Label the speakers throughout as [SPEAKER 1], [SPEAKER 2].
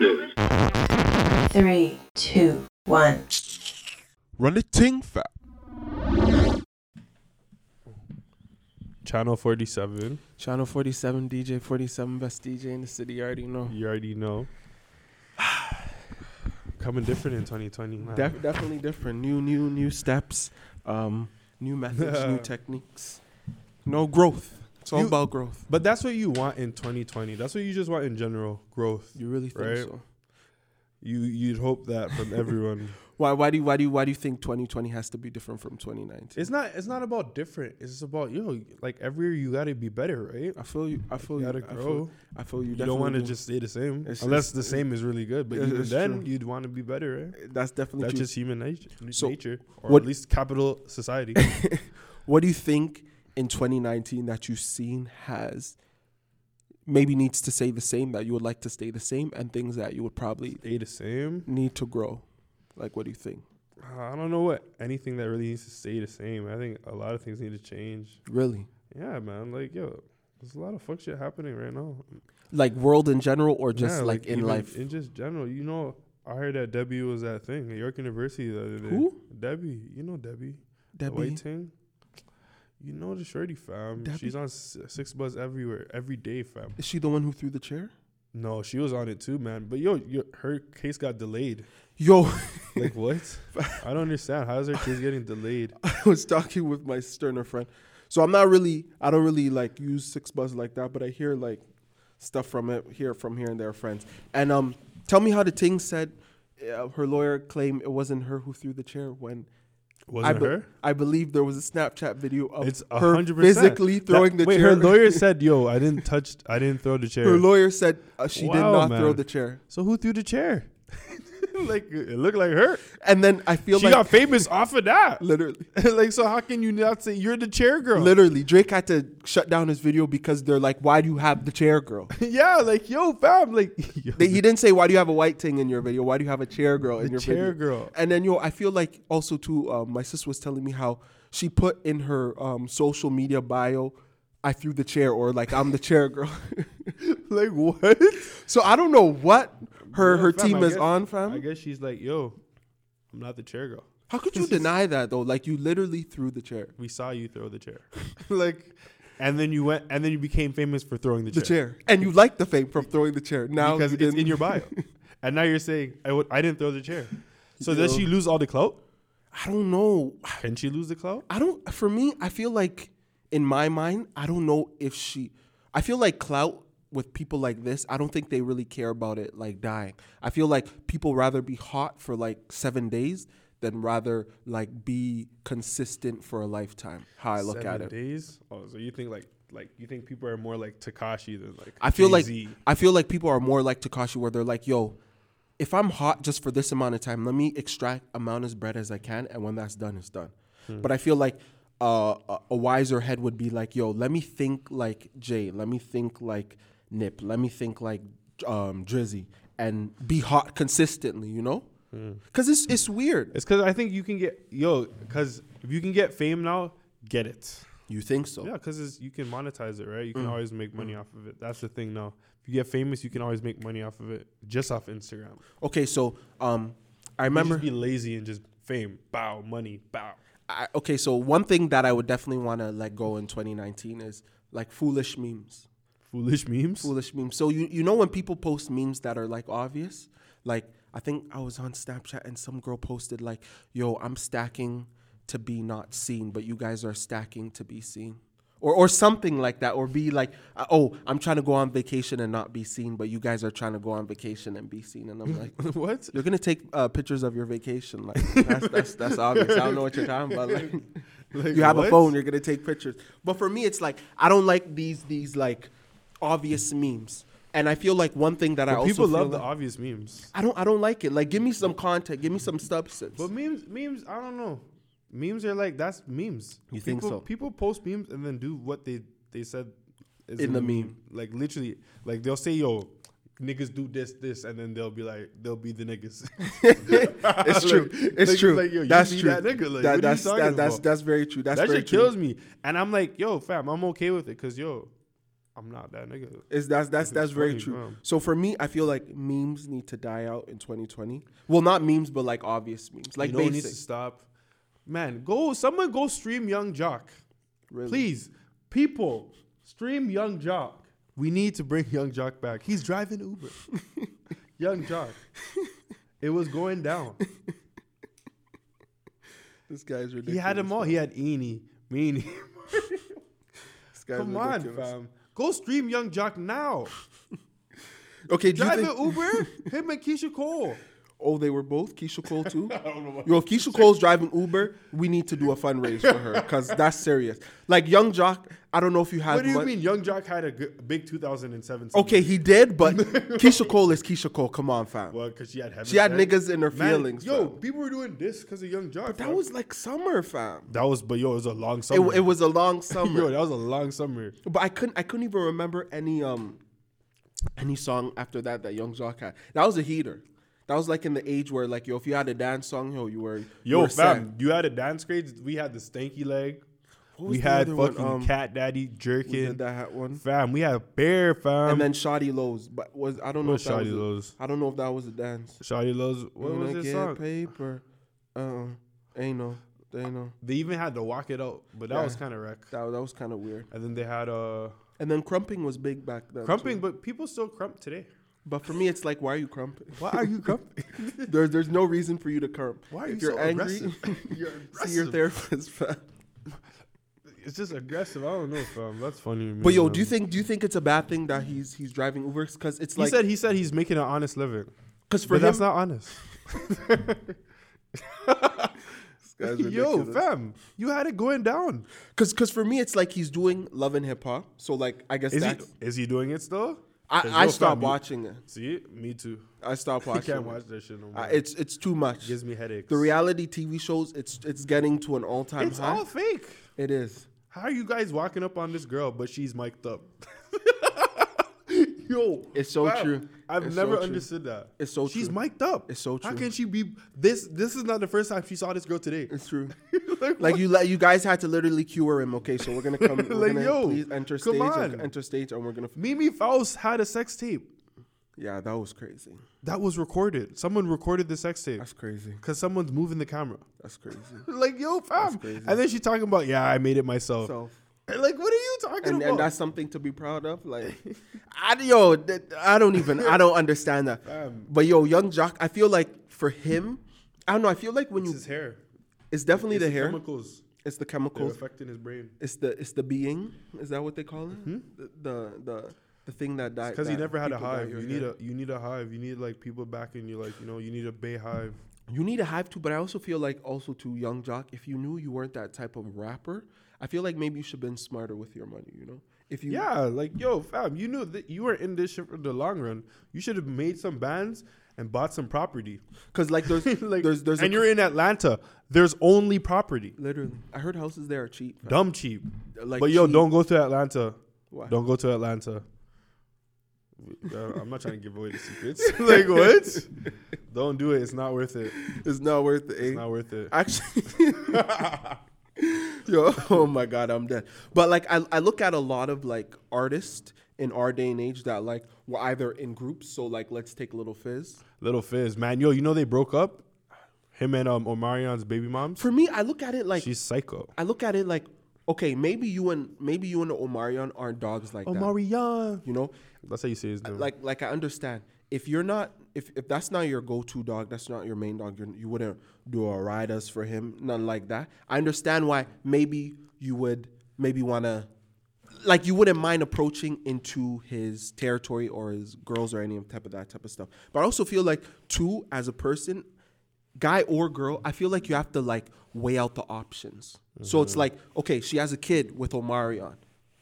[SPEAKER 1] News.
[SPEAKER 2] Three, two, one.
[SPEAKER 3] Run the ting fat.
[SPEAKER 4] Channel 47.
[SPEAKER 5] Channel 47, DJ 47, best DJ in the city. You already know.
[SPEAKER 4] You already know. Coming different in 2020. Man.
[SPEAKER 5] Def- definitely different. New, new, new steps. Um, new methods, new techniques. No growth. It's all
[SPEAKER 4] You-
[SPEAKER 5] about growth.
[SPEAKER 4] but that's what you want in 2020. That's what you just want in general growth.
[SPEAKER 5] You really think
[SPEAKER 4] Right.
[SPEAKER 5] so?
[SPEAKER 4] You you'd hope that from everyone.
[SPEAKER 5] Why? Why do? you- Why do? you- Why do you think 2020 has to be different from 2019?
[SPEAKER 4] it's not it's not about different. It's about you know like every year you got to be better, right?
[SPEAKER 5] I feel you. I feel
[SPEAKER 4] You
[SPEAKER 5] you.
[SPEAKER 4] gotta
[SPEAKER 5] I feel-
[SPEAKER 4] grow.
[SPEAKER 5] I feel you.
[SPEAKER 4] You don't want to
[SPEAKER 5] definitely
[SPEAKER 4] just stay the same
[SPEAKER 5] It's-
[SPEAKER 4] unless
[SPEAKER 5] it's-
[SPEAKER 4] the same is really good. But
[SPEAKER 5] it-
[SPEAKER 4] even
[SPEAKER 5] it's
[SPEAKER 4] then,
[SPEAKER 5] true.
[SPEAKER 4] you'd want to be better, right?
[SPEAKER 5] do. That's definitely
[SPEAKER 4] That's
[SPEAKER 5] true.
[SPEAKER 4] just human nature,
[SPEAKER 5] So,
[SPEAKER 4] nature, or
[SPEAKER 5] what-
[SPEAKER 4] at least capital society.
[SPEAKER 5] What do you think in 2019 that you've seen has maybe needs to stay the same that you would like to stay the same, and things that you would probably
[SPEAKER 4] stay the same.
[SPEAKER 5] need to grow? Like, what do you think?
[SPEAKER 4] I don't know what anything that really needs to stay the same. I think a lot of things need to change.
[SPEAKER 5] Really?
[SPEAKER 4] Yeah, man. Like, yo, there's a lot of fuck shit happening right now.
[SPEAKER 5] Like world in general, or just
[SPEAKER 4] Yeah,
[SPEAKER 5] like, in
[SPEAKER 4] even
[SPEAKER 5] life?
[SPEAKER 4] In just general, you know, I heard that Debbie was that thing at York University the other day.
[SPEAKER 5] Who?
[SPEAKER 4] Debbie. You know Debbie. The
[SPEAKER 5] Debbie.
[SPEAKER 4] white thing. You know the shorty fam.
[SPEAKER 5] Debbie?
[SPEAKER 4] She's on s- six buzz everywhere, every day, fam.
[SPEAKER 5] Is she the one who threw the chair?
[SPEAKER 4] No, she was on it too, man. But yo, yo her case got delayed.
[SPEAKER 5] Yo,
[SPEAKER 4] Like what? I don't understand. How is her case getting delayed?
[SPEAKER 5] I was talking with my Sterner friend. So I'm not really, I don't really like use Six Buzz like that, but I hear like stuff from it, hear from here and there, friends. And um, tell me how the thing said uh, her lawyer claimed it wasn't her who threw the chair when I,
[SPEAKER 4] Wasn't
[SPEAKER 5] be-
[SPEAKER 4] her?
[SPEAKER 5] I believe there was a Snapchat video of
[SPEAKER 4] It's a
[SPEAKER 5] her
[SPEAKER 4] hundred percent
[SPEAKER 5] physically
[SPEAKER 4] That-
[SPEAKER 5] throwing the
[SPEAKER 4] wait,
[SPEAKER 5] chair.
[SPEAKER 4] her lawyer said, "Yo, I didn't touch. I didn't throw the chair."
[SPEAKER 5] her lawyer said uh, she did
[SPEAKER 4] Wow,
[SPEAKER 5] not throw
[SPEAKER 4] man.
[SPEAKER 5] the chair.
[SPEAKER 4] so who threw the chair? like it looked like her.
[SPEAKER 5] And then I feel
[SPEAKER 4] She
[SPEAKER 5] like
[SPEAKER 4] got famous off of that.
[SPEAKER 5] literally,
[SPEAKER 4] like, so how can you not say you're the chair girl?
[SPEAKER 5] literally, Drake had to shut down his video because they're like, "Why do you have the chair, girl?"
[SPEAKER 4] yeah, like yo, fam, like yo,
[SPEAKER 5] They, he didn't say why do you have a white thing in your video? Why do you have a chair girl in
[SPEAKER 4] The
[SPEAKER 5] your
[SPEAKER 4] chair
[SPEAKER 5] video?
[SPEAKER 4] girl.
[SPEAKER 5] And then yo, I feel like also too. Um, my sister was telling me how she put in her um, social media bio, "I threw the chair" or like "I'm the chair girl."
[SPEAKER 4] like what?
[SPEAKER 5] so I don't know what her
[SPEAKER 4] Yeah,
[SPEAKER 5] her
[SPEAKER 4] fam,
[SPEAKER 5] team
[SPEAKER 4] I
[SPEAKER 5] is
[SPEAKER 4] guess-
[SPEAKER 5] on,
[SPEAKER 4] I
[SPEAKER 5] fam.
[SPEAKER 4] guess she's like, yo, I'm not the chair girl.
[SPEAKER 5] How could you deny that though? Like you literally threw the chair.
[SPEAKER 4] We saw you throw the chair, like, and then you went, and then you became famous for throwing the
[SPEAKER 5] The
[SPEAKER 4] chair.
[SPEAKER 5] chair, and you like the fame from throwing the chair. Now
[SPEAKER 4] because
[SPEAKER 5] you
[SPEAKER 4] it's in
[SPEAKER 5] didn't-
[SPEAKER 4] your bio. and now you're saying I w- I didn't throw the chair. So does
[SPEAKER 5] Yo.
[SPEAKER 4] she lose all the clout?
[SPEAKER 5] I don't know.
[SPEAKER 4] Can she lose the clout?
[SPEAKER 5] I don't. For me, I feel like in my mind, I don't know if she. I feel like clout with people like this. I don't think they really care about it like dying. I feel like people rather be hot for like seven days than rather like be consistent for a lifetime. How I look at
[SPEAKER 4] Seven
[SPEAKER 5] it.
[SPEAKER 4] Days. Oh, so you think like like you think people are more like Takashi than like
[SPEAKER 5] I feel
[SPEAKER 4] Jay-Z?
[SPEAKER 5] like I feel like people are more like Takashi, where they're like, "Yo, if I'm hot just for this amount of time, let me extract amount as bread as I can, and when that's done, it's done." But I feel like uh, a- a wiser head would be like, "Yo, let me think like Jay, let me think like Nip, let me think like um, Drizzy, and be hot consistently." You know, because it's it's weird.
[SPEAKER 4] it's because I think you can get yo because if you can get fame now, get it.
[SPEAKER 5] You think so?
[SPEAKER 4] Yeah, because you can monetize it, right? You can
[SPEAKER 5] Mm.
[SPEAKER 4] always make money off of it. That's the thing now. If you get famous, you can always make money off of it just off Instagram.
[SPEAKER 5] Okay, so um,
[SPEAKER 4] You
[SPEAKER 5] I remember.
[SPEAKER 4] just be lazy and just fame, bow, money, bow.
[SPEAKER 5] I, okay, so one thing that I would definitely want to let go in 2019 is like foolish memes.
[SPEAKER 4] Foolish memes.
[SPEAKER 5] Foolish memes. So you you know when people post memes that are like obvious, like I think I was on Snapchat and some girl posted like, "Yo, I'm stacking to be not seen, but you guys are stacking to be seen." Or, or something like that, or be like, uh, oh, I'm trying to go on vacation and not be seen, but you guys are trying to go on vacation and be seen, and I'm like,
[SPEAKER 4] what?
[SPEAKER 5] you're gonna take uh, pictures of your vacation. Like that's, that's that's obvious. I don't know what you're talking about. Like, you have a
[SPEAKER 4] what?
[SPEAKER 5] phone, you're gonna take pictures. But for me, it's like I don't like these these like obvious memes. And I feel like one thing that I
[SPEAKER 4] But
[SPEAKER 5] also
[SPEAKER 4] people
[SPEAKER 5] feel
[SPEAKER 4] love the
[SPEAKER 5] like-
[SPEAKER 4] obvious memes.
[SPEAKER 5] I don't I don't like it. Like give me some content, give me some substance.
[SPEAKER 4] But memes, memes, I don't know. Memes are like that's memes.
[SPEAKER 5] You
[SPEAKER 4] people,
[SPEAKER 5] think so?
[SPEAKER 4] People post memes and then do what they they said is
[SPEAKER 5] In the meme.
[SPEAKER 4] Like literally, like they'll say, "Yo, niggas do this, this," and then they'll be like, they'll be the niggas.
[SPEAKER 5] it's true. It's
[SPEAKER 4] like-
[SPEAKER 5] true.
[SPEAKER 4] like, yo, you
[SPEAKER 5] that's
[SPEAKER 4] be
[SPEAKER 5] true.
[SPEAKER 4] that nigga, like, what are you
[SPEAKER 5] that, that's,
[SPEAKER 4] talking
[SPEAKER 5] that, that's
[SPEAKER 4] about?
[SPEAKER 5] that's very true. That's
[SPEAKER 4] that
[SPEAKER 5] very
[SPEAKER 4] shit
[SPEAKER 5] true.
[SPEAKER 4] kills me, and I'm like, "Yo, fam, I'm okay with it," cause yo, I'm not that nigga.
[SPEAKER 5] Is that's that's that's very
[SPEAKER 4] funny,
[SPEAKER 5] true.
[SPEAKER 4] bro.
[SPEAKER 5] So for me, I feel like memes need to die out in 2020. Well, not memes, but like obvious memes, like
[SPEAKER 4] you know what needs to
[SPEAKER 5] basic.
[SPEAKER 4] stop. Man, go someone go stream Young Jock.
[SPEAKER 5] Really.
[SPEAKER 4] Please, people, stream Young Jock. We need to bring Young Jock back. He's driving Uber. Young Jock. It was going down.
[SPEAKER 5] This guy's ridiculous.
[SPEAKER 4] He had them all. He had Eenie, Meanie.
[SPEAKER 5] This guy's
[SPEAKER 4] Come on,
[SPEAKER 5] ridiculous.
[SPEAKER 4] fam. Go stream Young Jock now.
[SPEAKER 5] Okay, do you
[SPEAKER 4] Drive
[SPEAKER 5] think,
[SPEAKER 4] an Uber. Him and Keisha Cole.
[SPEAKER 5] Oh, they were both Keisha Cole too. Yo, if Keisha Cole's driving Uber, we need to do a fundraiser for her because that's serious. Like Young Jock, I don't know if you had.
[SPEAKER 4] What do you
[SPEAKER 5] mon-
[SPEAKER 4] mean? Young Jock had a g- big 2007. summer.
[SPEAKER 5] Okay, he did, but Keisha Cole is Keisha Cole. Come on, fam.
[SPEAKER 4] Well, because she had heaven.
[SPEAKER 5] She had
[SPEAKER 4] Sent.
[SPEAKER 5] niggas in her
[SPEAKER 4] Man,
[SPEAKER 5] feelings.
[SPEAKER 4] Yo,
[SPEAKER 5] fam.
[SPEAKER 4] people were doing this because of Young Jock.
[SPEAKER 5] that
[SPEAKER 4] fam.
[SPEAKER 5] was like summer, fam.
[SPEAKER 4] that was, but yo, it was a long
[SPEAKER 5] It,
[SPEAKER 4] summer.
[SPEAKER 5] it was a long summer.
[SPEAKER 4] yo, that was a long summer.
[SPEAKER 5] But I couldn't I couldn't even remember any um any song after that that Young Jock had. That was a heater. That was like in the age where like yo, if you had a dance song, yo, you were you
[SPEAKER 4] Yo,
[SPEAKER 5] were set.
[SPEAKER 4] fam, you had a dance grade. We had the stanky leg.
[SPEAKER 5] was
[SPEAKER 4] We
[SPEAKER 5] the
[SPEAKER 4] had
[SPEAKER 5] other one?
[SPEAKER 4] fucking
[SPEAKER 5] Um,
[SPEAKER 4] cat daddy
[SPEAKER 5] We
[SPEAKER 4] jerkin.
[SPEAKER 5] did that hat one.
[SPEAKER 4] Fam, we had bear fam.
[SPEAKER 5] And then Shoddy Lows, but was I don't know
[SPEAKER 4] What's
[SPEAKER 5] if that was
[SPEAKER 4] Shawty
[SPEAKER 5] a-
[SPEAKER 4] Lows?
[SPEAKER 5] I don't know if that was a dance.
[SPEAKER 4] Shawty loves. What
[SPEAKER 5] When I
[SPEAKER 4] was this
[SPEAKER 5] get
[SPEAKER 4] song?
[SPEAKER 5] Paper, uh, ain't no, ain't no.
[SPEAKER 4] They even had to walk it out, but that
[SPEAKER 5] Yeah.
[SPEAKER 4] was kind of wreck.
[SPEAKER 5] That that was kind of weird.
[SPEAKER 4] And then they had uh
[SPEAKER 5] And then crumping was big back then. too.
[SPEAKER 4] crumping, but people still crump today.
[SPEAKER 5] but for me, it's like, why are you crumping?
[SPEAKER 4] Why are you crumping?
[SPEAKER 5] There's there's no reason for you to crump.
[SPEAKER 4] Why are you
[SPEAKER 5] if you're
[SPEAKER 4] so
[SPEAKER 5] angry?
[SPEAKER 4] aggressive? You're
[SPEAKER 5] See your
[SPEAKER 4] aggressive.
[SPEAKER 5] therapist. fam.
[SPEAKER 4] it's just aggressive. I don't know, fam. That's funny.
[SPEAKER 5] But yo,
[SPEAKER 4] Um,
[SPEAKER 5] do you think do you think it's a bad thing that he's he's driving Ubers? Because it's
[SPEAKER 4] He
[SPEAKER 5] like
[SPEAKER 4] said he said he's making an honest living,
[SPEAKER 5] because for
[SPEAKER 4] but
[SPEAKER 5] him,
[SPEAKER 4] that's not honest.
[SPEAKER 5] guy's
[SPEAKER 4] Yo,
[SPEAKER 5] ridiculous.
[SPEAKER 4] fam, you had it going down.
[SPEAKER 5] because because for me, it's like he's doing love and hip hop. So like, I guess
[SPEAKER 4] Is he
[SPEAKER 5] that's
[SPEAKER 4] is he doing it still?
[SPEAKER 5] I,
[SPEAKER 4] 'Cause
[SPEAKER 5] I
[SPEAKER 4] yo,
[SPEAKER 5] stopped
[SPEAKER 4] fam, you-
[SPEAKER 5] watching it.
[SPEAKER 4] See, me too.
[SPEAKER 5] I stopped
[SPEAKER 4] I
[SPEAKER 5] watching.
[SPEAKER 4] can't
[SPEAKER 5] it.
[SPEAKER 4] watch that shit no more.
[SPEAKER 5] I, Uh, it's it's too much.
[SPEAKER 4] gives me headaches.
[SPEAKER 5] the reality TV shows, it's it's getting to an all time
[SPEAKER 4] it's
[SPEAKER 5] high.
[SPEAKER 4] all fake.
[SPEAKER 5] it is.
[SPEAKER 4] How are you guys walking up on this girl, but she's mic'd up? Yo,
[SPEAKER 5] It's so true.
[SPEAKER 4] I've
[SPEAKER 5] It's so
[SPEAKER 4] never
[SPEAKER 5] true.
[SPEAKER 4] understood that.
[SPEAKER 5] It's so
[SPEAKER 4] she's
[SPEAKER 5] true.
[SPEAKER 4] mic'd up.
[SPEAKER 5] It's so
[SPEAKER 4] How
[SPEAKER 5] true.
[SPEAKER 4] can she be this? This is not the first time she saw this girl today.
[SPEAKER 5] It's true.
[SPEAKER 4] like,
[SPEAKER 5] like you, let you guys had to literally cure him. Okay, so we're gonna come. We're
[SPEAKER 4] Like,
[SPEAKER 5] gonna
[SPEAKER 4] yo,
[SPEAKER 5] please enter
[SPEAKER 4] come
[SPEAKER 5] stage.
[SPEAKER 4] on.
[SPEAKER 5] And, enter stage, and we're gonna. F-
[SPEAKER 4] Mimi Faust had a sex tape
[SPEAKER 5] yeah, that was crazy.
[SPEAKER 4] that was recorded. Someone recorded the sex tape
[SPEAKER 5] That's crazy.
[SPEAKER 4] because someone's moving the camera.
[SPEAKER 5] That's crazy.
[SPEAKER 4] Like yo, fam,
[SPEAKER 5] crazy.
[SPEAKER 4] and then she talking about yeah, I made it myself.
[SPEAKER 5] So.
[SPEAKER 4] like, what are you talking
[SPEAKER 5] And,
[SPEAKER 4] about?
[SPEAKER 5] and that's something to be proud of. Like, I, yo, th- I don't even, I don't understand that.
[SPEAKER 4] Um,
[SPEAKER 5] But yo, young Jock, I feel like for him, I don't know. I feel like when
[SPEAKER 4] it's
[SPEAKER 5] you,
[SPEAKER 4] his hair.
[SPEAKER 5] it's definitely
[SPEAKER 4] It's
[SPEAKER 5] the hair.
[SPEAKER 4] Chemicals.
[SPEAKER 5] It's the
[SPEAKER 4] They're
[SPEAKER 5] chemicals.
[SPEAKER 4] affecting his brain.
[SPEAKER 5] It's the it's the being. Is that what they call it? The, the the the thing that died.
[SPEAKER 4] Because Mm-hmm. he
[SPEAKER 5] that
[SPEAKER 4] never had a
[SPEAKER 5] people got
[SPEAKER 4] hive.
[SPEAKER 5] your
[SPEAKER 4] You need
[SPEAKER 5] hair.
[SPEAKER 4] a you need a hive. You need like people backing you. Like you know you need a bay hive.
[SPEAKER 5] You need a hive too, but I also feel like also too young jock. If you knew you weren't that type of rapper, I feel like maybe you should have been smarter with your money. You know, if you
[SPEAKER 4] Yeah, like yo, fam, you knew that you were in this shit for the long run. You should have made some bands and bought some property.
[SPEAKER 5] because like there's
[SPEAKER 4] like
[SPEAKER 5] there's there's
[SPEAKER 4] and
[SPEAKER 5] a,
[SPEAKER 4] you're in Atlanta. There's only property,
[SPEAKER 5] literally. I heard houses there are cheap. fam.
[SPEAKER 4] dumb cheap.
[SPEAKER 5] Like
[SPEAKER 4] but yo,
[SPEAKER 5] cheap.
[SPEAKER 4] don't go to Atlanta.
[SPEAKER 5] Why?
[SPEAKER 4] Don't go to Atlanta. Uh, I'm not trying to give away the secrets. like what? don't do it. It's not worth it.
[SPEAKER 5] It's not worth it. eh?
[SPEAKER 4] It's not worth it.
[SPEAKER 5] Actually, yo, oh my god, I'm dead. But like, I, I look at a lot of like artists in our day and age that like were either in groups. So like, let's take Little Fizz.
[SPEAKER 4] Little Fizz, man, yo, you know they broke up. Him and um Omarion's baby mom.
[SPEAKER 5] For me, I look at it like
[SPEAKER 4] She's psycho.
[SPEAKER 5] I look at it like, okay, maybe you and maybe you and Omarion aren't dogs like that.
[SPEAKER 4] Omarion.
[SPEAKER 5] You know,
[SPEAKER 4] That's how you say his name.
[SPEAKER 5] like like I understand if you're not if, if that's not your go-to dog, that's not your main dog. You're, you wouldn't do a riders for him, nothing like that. I understand why maybe you would maybe want to like you wouldn't mind approaching into his territory or his girls or any type of that type of stuff. But I also feel like too as a person, guy or girl, I feel like you have to like weigh out the options. So it's like okay, she has a kid with Omarion.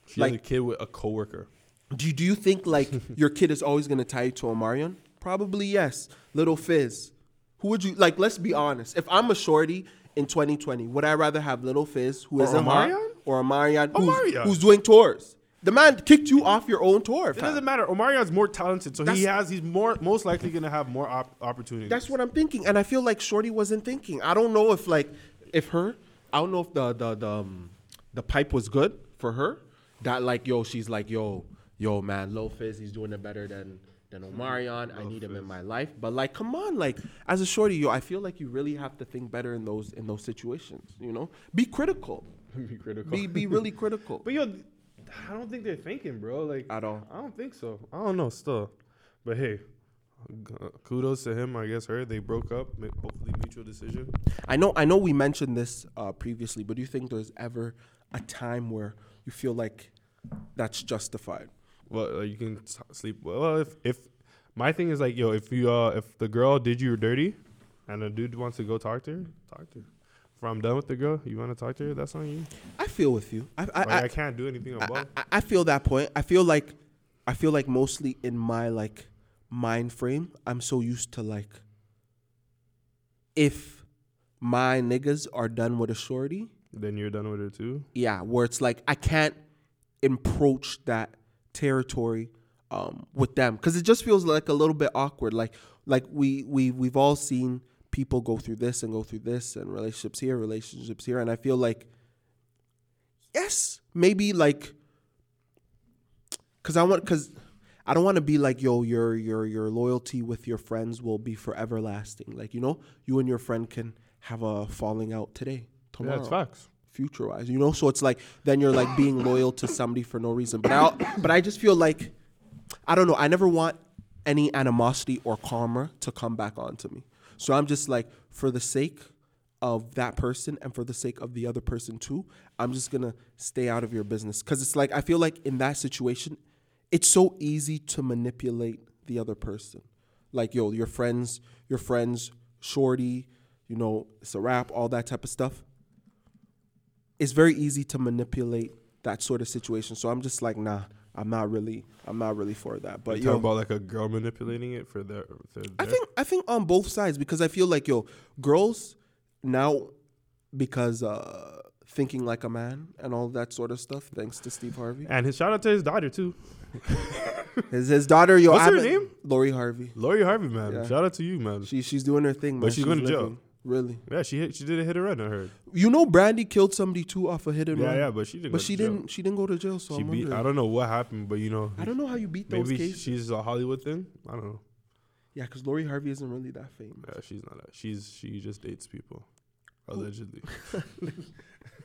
[SPEAKER 4] she
[SPEAKER 5] like-
[SPEAKER 4] has a kid with a coworker.
[SPEAKER 5] Do you, do you think like your kid is always gonna tie you to Omarion? Probably yes. Little Fizz. Who would you like? Let's be honest. If I'm a shorty in 2020, would I rather have Little Fizz, who
[SPEAKER 4] Or
[SPEAKER 5] isn't hot,
[SPEAKER 4] Omarion?
[SPEAKER 5] or Omarion, who's,
[SPEAKER 4] Omarion.
[SPEAKER 5] who's doing tours? The man kicked you off your own tour.
[SPEAKER 4] It
[SPEAKER 5] fam.
[SPEAKER 4] doesn't matter. Omarion's more talented, so he
[SPEAKER 5] That's-
[SPEAKER 4] has. He's more most likely gonna have more op- opportunities.
[SPEAKER 5] That's what I'm thinking, and I feel like Shorty wasn't thinking. I don't know if like if her, I don't know if the the the, um, the pipe was good for her. That like yo, she's like yo, yo man, Lil Fizz, he's doing it better than than Omarion. I need him in my life. But like, come on, like as a shorty, yo, I feel like you really have to think better in those in those situations. You know, be critical.
[SPEAKER 4] be critical.
[SPEAKER 5] Be be really critical.
[SPEAKER 4] But yo, I don't think they're thinking, bro. Like
[SPEAKER 5] At all.
[SPEAKER 4] I don't think so. I don't know still. But hey, g- kudos to him. I guess her. They broke up. ma- Hopefully, mutual decision.
[SPEAKER 5] I know I know we mentioned this uh, previously, but do you think there's ever a time where you feel like that's justified?
[SPEAKER 4] Well, uh, you can s- sleep. Well, if if my thing is like, yo, if you uh, if the girl did you dirty, and a dude wants to go talk to her, talk to her. If I'm done with the girl, you want to talk to her? That's on you.
[SPEAKER 5] I feel with you. I I,
[SPEAKER 4] Like,
[SPEAKER 5] I,
[SPEAKER 4] I, can't do anything
[SPEAKER 5] I,
[SPEAKER 4] about. it.
[SPEAKER 5] I- I feel that point. I feel like I feel like mostly in my like mind frame, I'm so used to like if my niggas are done with a shorty,
[SPEAKER 4] Then you're done with her too.
[SPEAKER 5] yeah, where it's like I can't approach that territory um, with them because it just feels like a little bit awkward. Like like we we we've all seen people go through this and go through this and relationships here, relationships here, and I feel like yes, maybe like because I want because. I don't want to be like yo your your your loyalty with your friends will be forever lasting. Like you know, you and your friend can have a falling out today, tomorrow
[SPEAKER 4] Yeah, it's facts.
[SPEAKER 5] future wise you know so it's like then you're like being loyal to somebody for no reason but i but i just feel like i don't know i never want any animosity or karma to come back onto me so i'm just like for the sake of that person and for the sake of the other person too i'm just gonna stay out of your business because it's like i feel like in that situation it's so easy to manipulate the other person like yo your friends your friends shorty you know it's a rap all that type of stuff it's very easy to manipulate that sort of situation. So I'm just like, nah, I'm not really, I'm not really for
[SPEAKER 4] But
[SPEAKER 5] that. But
[SPEAKER 4] you
[SPEAKER 5] yo,
[SPEAKER 4] talking about like a girl manipulating it for their. For their
[SPEAKER 5] I think I think on both sides because I feel like yo, girls now because uh thinking like a man and all that sort of stuff. Thanks to Steve Harvey,
[SPEAKER 4] And his shout out to his daughter too,
[SPEAKER 5] his, his daughter yo,
[SPEAKER 4] What's her
[SPEAKER 5] Abby-
[SPEAKER 4] name?
[SPEAKER 5] Lori Harvey.
[SPEAKER 4] Lori Harvey, man.
[SPEAKER 5] Yeah.
[SPEAKER 4] Shout out to you, man.
[SPEAKER 5] She she's doing her thing, man.
[SPEAKER 4] But she's going to jail.
[SPEAKER 5] living. Really,
[SPEAKER 4] yeah, she hit, she did a hit and run. I heard.
[SPEAKER 5] you know, Brandy killed somebody too off a hit and
[SPEAKER 4] Yeah,
[SPEAKER 5] run.
[SPEAKER 4] yeah, but she didn't.
[SPEAKER 5] but
[SPEAKER 4] go to
[SPEAKER 5] she
[SPEAKER 4] jail.
[SPEAKER 5] didn't. She didn't go to jail. So
[SPEAKER 4] She
[SPEAKER 5] I'm
[SPEAKER 4] beat.
[SPEAKER 5] wondering.
[SPEAKER 4] I don't know what happened, but you know,
[SPEAKER 5] I don't know how you beat those
[SPEAKER 4] maybe
[SPEAKER 5] cases.
[SPEAKER 4] she's a Hollywood thing. I don't know.
[SPEAKER 5] yeah, because Lori Harvey isn't really that famous.
[SPEAKER 4] Yeah, she's not. A, she's she just dates people, allegedly.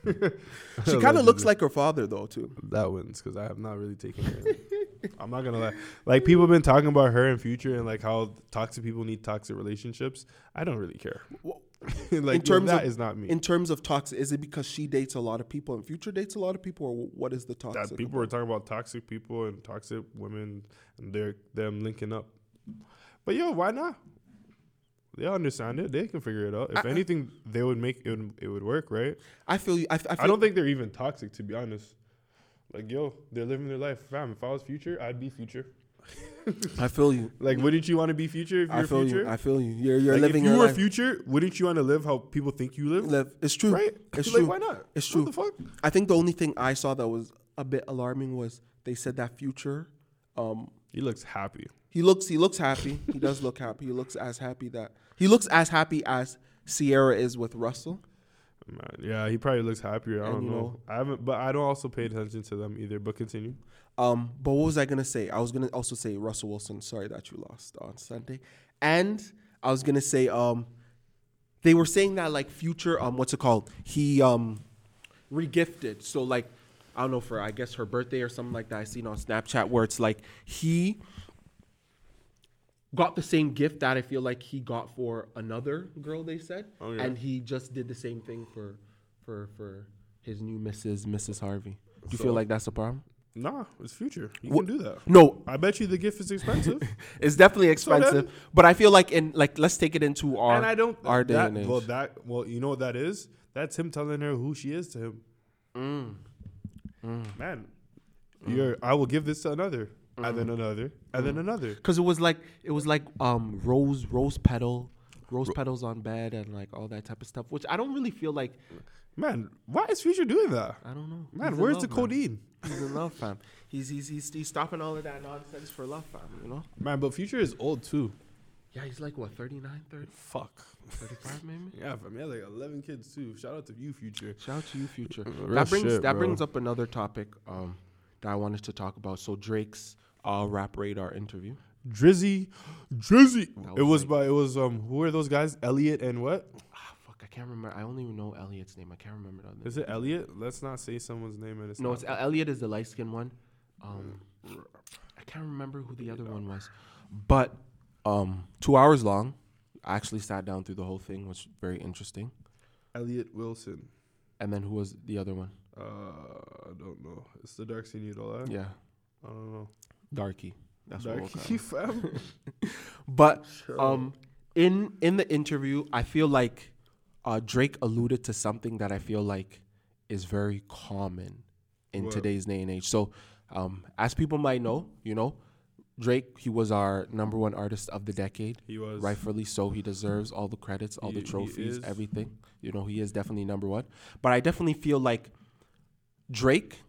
[SPEAKER 5] She kind of looks like her father though too.
[SPEAKER 4] that wins because I have not really taken her. in. I'm not gonna lie. Like people have been talking about her and future and like how toxic people need toxic relationships. I don't really care. like yo, that is
[SPEAKER 5] terms of-
[SPEAKER 4] not me.
[SPEAKER 5] In terms of toxic, is it because she dates a lot of people and future dates a lot of people, or wh- what is the toxic?
[SPEAKER 4] that people were talking about toxic people and toxic women and their them linking up. But yo, why not? They understand it. They can figure it out. If
[SPEAKER 5] I- I-
[SPEAKER 4] anything, they would make it. Would, it would work, right?
[SPEAKER 5] I feel you. I, f- I feel,
[SPEAKER 4] I don't think they're even toxic, to be honest. Like yo, they're living their life, fam. If I was future, I'd be future.
[SPEAKER 5] I feel you.
[SPEAKER 4] Like, wouldn't you want to be future if
[SPEAKER 5] I
[SPEAKER 4] you're
[SPEAKER 5] feel
[SPEAKER 4] future?
[SPEAKER 5] you. I feel you. You're you're
[SPEAKER 4] Like,
[SPEAKER 5] living
[SPEAKER 4] if you
[SPEAKER 5] your
[SPEAKER 4] were
[SPEAKER 5] life.
[SPEAKER 4] future, wouldn't you want to live how people think you live?
[SPEAKER 5] Live- It's true.
[SPEAKER 4] Right?
[SPEAKER 5] It's
[SPEAKER 4] like,
[SPEAKER 5] true.
[SPEAKER 4] why not?
[SPEAKER 5] It's
[SPEAKER 4] What
[SPEAKER 5] true.
[SPEAKER 4] the fuck?
[SPEAKER 5] I think the only thing I saw that was a bit alarming was they said that future. Um,
[SPEAKER 4] He looks happy.
[SPEAKER 5] he looks he looks happy. he does look happy. He looks as happy that he looks as happy as Sierra is with Russell.
[SPEAKER 4] Man, yeah, he probably looks happier. I
[SPEAKER 5] And,
[SPEAKER 4] don't
[SPEAKER 5] you
[SPEAKER 4] know.
[SPEAKER 5] know-
[SPEAKER 4] I haven't, but I don't also pay attention to them either. But continue.
[SPEAKER 5] Um, but what was I gonna say? I was gonna also say Russell Wilson. Sorry that you lost on Sunday, and I was gonna say um, they were saying that like future um, what's it called? He um, regifted. So like, I don't know for I guess her birthday or something like that. I seen on Snapchat where it's like he got the same gift that I feel like he got for another girl. They said,
[SPEAKER 4] Okay.
[SPEAKER 5] and he just did the same thing for for for his new Mrs. Mrs. Harvey. Do you feel
[SPEAKER 4] So-
[SPEAKER 5] like that's a problem?
[SPEAKER 4] Nah, it's future. You
[SPEAKER 5] What-
[SPEAKER 4] can do that.
[SPEAKER 5] No,
[SPEAKER 4] I bet you the gift is expensive,
[SPEAKER 5] it's definitely
[SPEAKER 4] So then-
[SPEAKER 5] expensive, but I feel like in like let's take it into our
[SPEAKER 4] and I don't.
[SPEAKER 5] our day
[SPEAKER 4] that,
[SPEAKER 5] and age.
[SPEAKER 4] Well, that well, you know what that is? That's him telling her who she is to him.
[SPEAKER 5] Mm.
[SPEAKER 4] Man, you're. I will give this to another, and
[SPEAKER 5] Mm.
[SPEAKER 4] then another, and then another.
[SPEAKER 5] Cause it was like it was like um rose rose petal, rose petals on bed and like all that type of stuff, which I don't really feel like
[SPEAKER 4] Man, why is future doing that?
[SPEAKER 5] I don't know.
[SPEAKER 4] Man,
[SPEAKER 5] He's in
[SPEAKER 4] where's
[SPEAKER 5] love,
[SPEAKER 4] the
[SPEAKER 5] man.
[SPEAKER 4] codeine?
[SPEAKER 5] He's in love, fam. He's he's he's he's stopping all of that nonsense for love, fam. You know?
[SPEAKER 4] Man, but future is old too.
[SPEAKER 5] Yeah, he's like what 39, 30,
[SPEAKER 4] Fuck.
[SPEAKER 5] 35 maybe.
[SPEAKER 4] Yeah, fam. He had like eleven kids too. Shout out to you, future.
[SPEAKER 5] Shout out to you, future.
[SPEAKER 4] Real
[SPEAKER 5] that brings
[SPEAKER 4] shit,
[SPEAKER 5] that
[SPEAKER 4] bro.
[SPEAKER 5] brings up another topic um, that I wanted to talk about. So Drake's uh, Rap Radar interview.
[SPEAKER 4] Drizzy, Drizzy.
[SPEAKER 5] That
[SPEAKER 4] it was
[SPEAKER 5] was
[SPEAKER 4] by it was um who are those guys? Elliot and what?
[SPEAKER 5] Ah, fuck, I can't remember. I only know Elliot's name. I can't remember the other.
[SPEAKER 4] Is
[SPEAKER 5] name.
[SPEAKER 4] it Elliot? Let's not say someone's name and it's
[SPEAKER 5] No,
[SPEAKER 4] not-
[SPEAKER 5] it's Elliot is the light skinned one. Um, I can't remember who the other one was, but um, two hours long. I actually sat down through the whole thing, which was very interesting.
[SPEAKER 4] Elliot Wilson.
[SPEAKER 5] And then who was the other one?
[SPEAKER 4] Uh, I don't know. It's the dark scene you do
[SPEAKER 5] Yeah,
[SPEAKER 4] I don't know.
[SPEAKER 5] Darky. That's
[SPEAKER 4] dark
[SPEAKER 5] what we'll call
[SPEAKER 4] you
[SPEAKER 5] him.
[SPEAKER 4] fam.
[SPEAKER 5] But
[SPEAKER 4] Sure.
[SPEAKER 5] um, in in the interview, I feel like uh, Drake alluded to something that I feel like is very common in
[SPEAKER 4] What?
[SPEAKER 5] today's day and age. So, um, as people might know, you know, Drake he was our number one artist of the decade.
[SPEAKER 4] he was
[SPEAKER 5] Rightfully so, he deserves all the credits, all
[SPEAKER 4] He-
[SPEAKER 5] the
[SPEAKER 4] he
[SPEAKER 5] trophies,
[SPEAKER 4] is.
[SPEAKER 5] everything. You know, he is definitely number one. But I definitely feel like Drake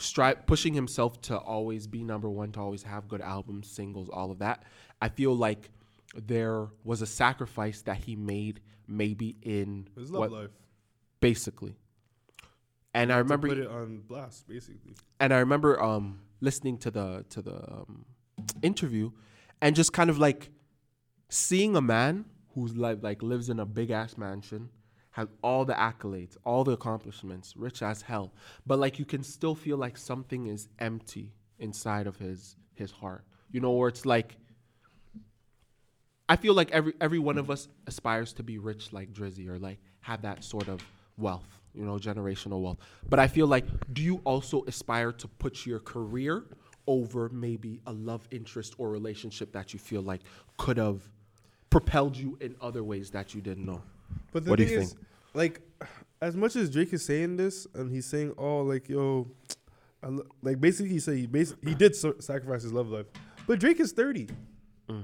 [SPEAKER 5] strive pushing himself to always be number one, to always have good albums, singles, all of that. I feel like there was a sacrifice that he made, maybe in
[SPEAKER 4] his love life.
[SPEAKER 5] basically. And I remember,
[SPEAKER 4] to put it on blast basically.
[SPEAKER 5] and I remember um, listening to the to the um, interview, and just kind of like seeing a man who's like like lives in a big ass mansion, has all the accolades, all the accomplishments, rich as hell, but like you can still feel like something is empty inside of his his heart, you know, where it's like. I feel like every every one of us aspires to be rich like Drizzy or like have that sort of wealth, you know, generational wealth. But I feel like do you also aspire to put your career over maybe a love interest or relationship that you feel like could have propelled you in other ways that you didn't know?
[SPEAKER 4] But the
[SPEAKER 5] What do
[SPEAKER 4] thing
[SPEAKER 5] you
[SPEAKER 4] is, like, as much as Drake is saying this, and he's saying, "Oh, like yo," I lo- like basically he said he bas- he did so- sacrifice his love life, but Drake is thirty.
[SPEAKER 5] So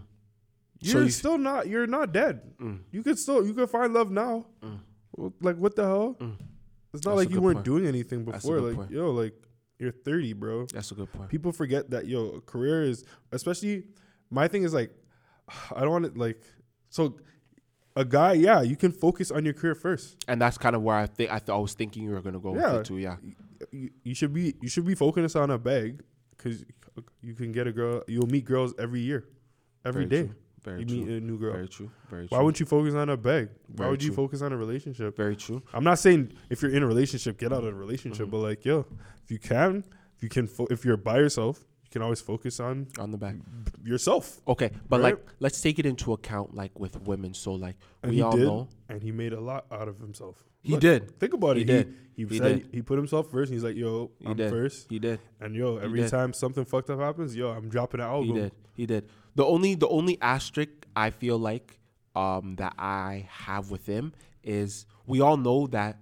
[SPEAKER 4] You're
[SPEAKER 5] Mm. you- Mm.
[SPEAKER 4] still not. You're not dead. You could still. You could find love now. Well, Like what the hell? It's not
[SPEAKER 5] Mm. That's a
[SPEAKER 4] like you
[SPEAKER 5] good
[SPEAKER 4] weren't
[SPEAKER 5] point.
[SPEAKER 4] doing anything
[SPEAKER 5] That's a
[SPEAKER 4] before.
[SPEAKER 5] good
[SPEAKER 4] Like
[SPEAKER 5] point.
[SPEAKER 4] yo, like you're thirty, bro.
[SPEAKER 5] That's a good point.
[SPEAKER 4] People forget that yo a career is especially. My thing is like, I don't want to like. So, a guy, yeah, you can focus on your career first.
[SPEAKER 5] And that's kind of where I think I, th- I was thinking you were gonna go with
[SPEAKER 4] Yeah.
[SPEAKER 5] it too. Yeah,
[SPEAKER 4] you, you should be you should be focused on a bag because you can get a girl. You'll meet girls every year, every
[SPEAKER 5] Very
[SPEAKER 4] day.
[SPEAKER 5] true. Very
[SPEAKER 4] you
[SPEAKER 5] true.
[SPEAKER 4] meet a new girl.
[SPEAKER 5] Very true. Very true.
[SPEAKER 4] Why wouldn't you focus on a bag? Why
[SPEAKER 5] Very
[SPEAKER 4] would you
[SPEAKER 5] true.
[SPEAKER 4] focus on a relationship?
[SPEAKER 5] Very true.
[SPEAKER 4] I'm not saying if you're in a relationship, get out of a relationship,
[SPEAKER 5] Mm-hmm.
[SPEAKER 4] but like yo, if you can, if you can, fo- if you're by yourself, you can always focus on
[SPEAKER 5] On the back.
[SPEAKER 4] yourself.
[SPEAKER 5] Okay, but
[SPEAKER 4] Mm. Right?
[SPEAKER 5] like let's take it into account, like with women. So like
[SPEAKER 4] And
[SPEAKER 5] we
[SPEAKER 4] he
[SPEAKER 5] all
[SPEAKER 4] did,
[SPEAKER 5] know
[SPEAKER 4] and he made a lot out of himself.
[SPEAKER 5] He did.
[SPEAKER 4] Think about
[SPEAKER 5] He
[SPEAKER 4] it.
[SPEAKER 5] did.
[SPEAKER 4] He,
[SPEAKER 5] He
[SPEAKER 4] said
[SPEAKER 5] did.
[SPEAKER 4] he put himself first. And he's like, yo,
[SPEAKER 5] He
[SPEAKER 4] I'm
[SPEAKER 5] did.
[SPEAKER 4] first.
[SPEAKER 5] He did.
[SPEAKER 4] And yo, every
[SPEAKER 5] did.
[SPEAKER 4] time something fucked up happens, yo, I'm dropping an album.
[SPEAKER 5] He did. He did. The only the only asterisk I feel like um that I have with him is we all know that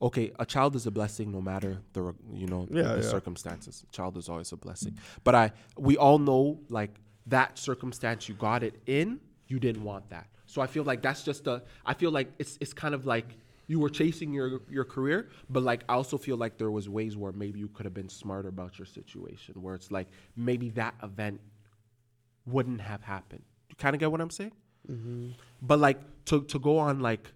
[SPEAKER 5] okay, a child is a blessing no matter the re- you know the-
[SPEAKER 4] Yeah,
[SPEAKER 5] the
[SPEAKER 4] yeah.
[SPEAKER 5] circumstances. Child is always a blessing. But I we all know like that circumstance you got it in, you didn't want that. So I feel like that's just a I feel like it's it's kind of like you were chasing your your career, but like I also feel like there was ways where maybe you could have been smarter about your situation, where it's like maybe that event wouldn't have happened. You kind of get what I'm saying?
[SPEAKER 4] Mm-hmm.
[SPEAKER 5] But like to to go on like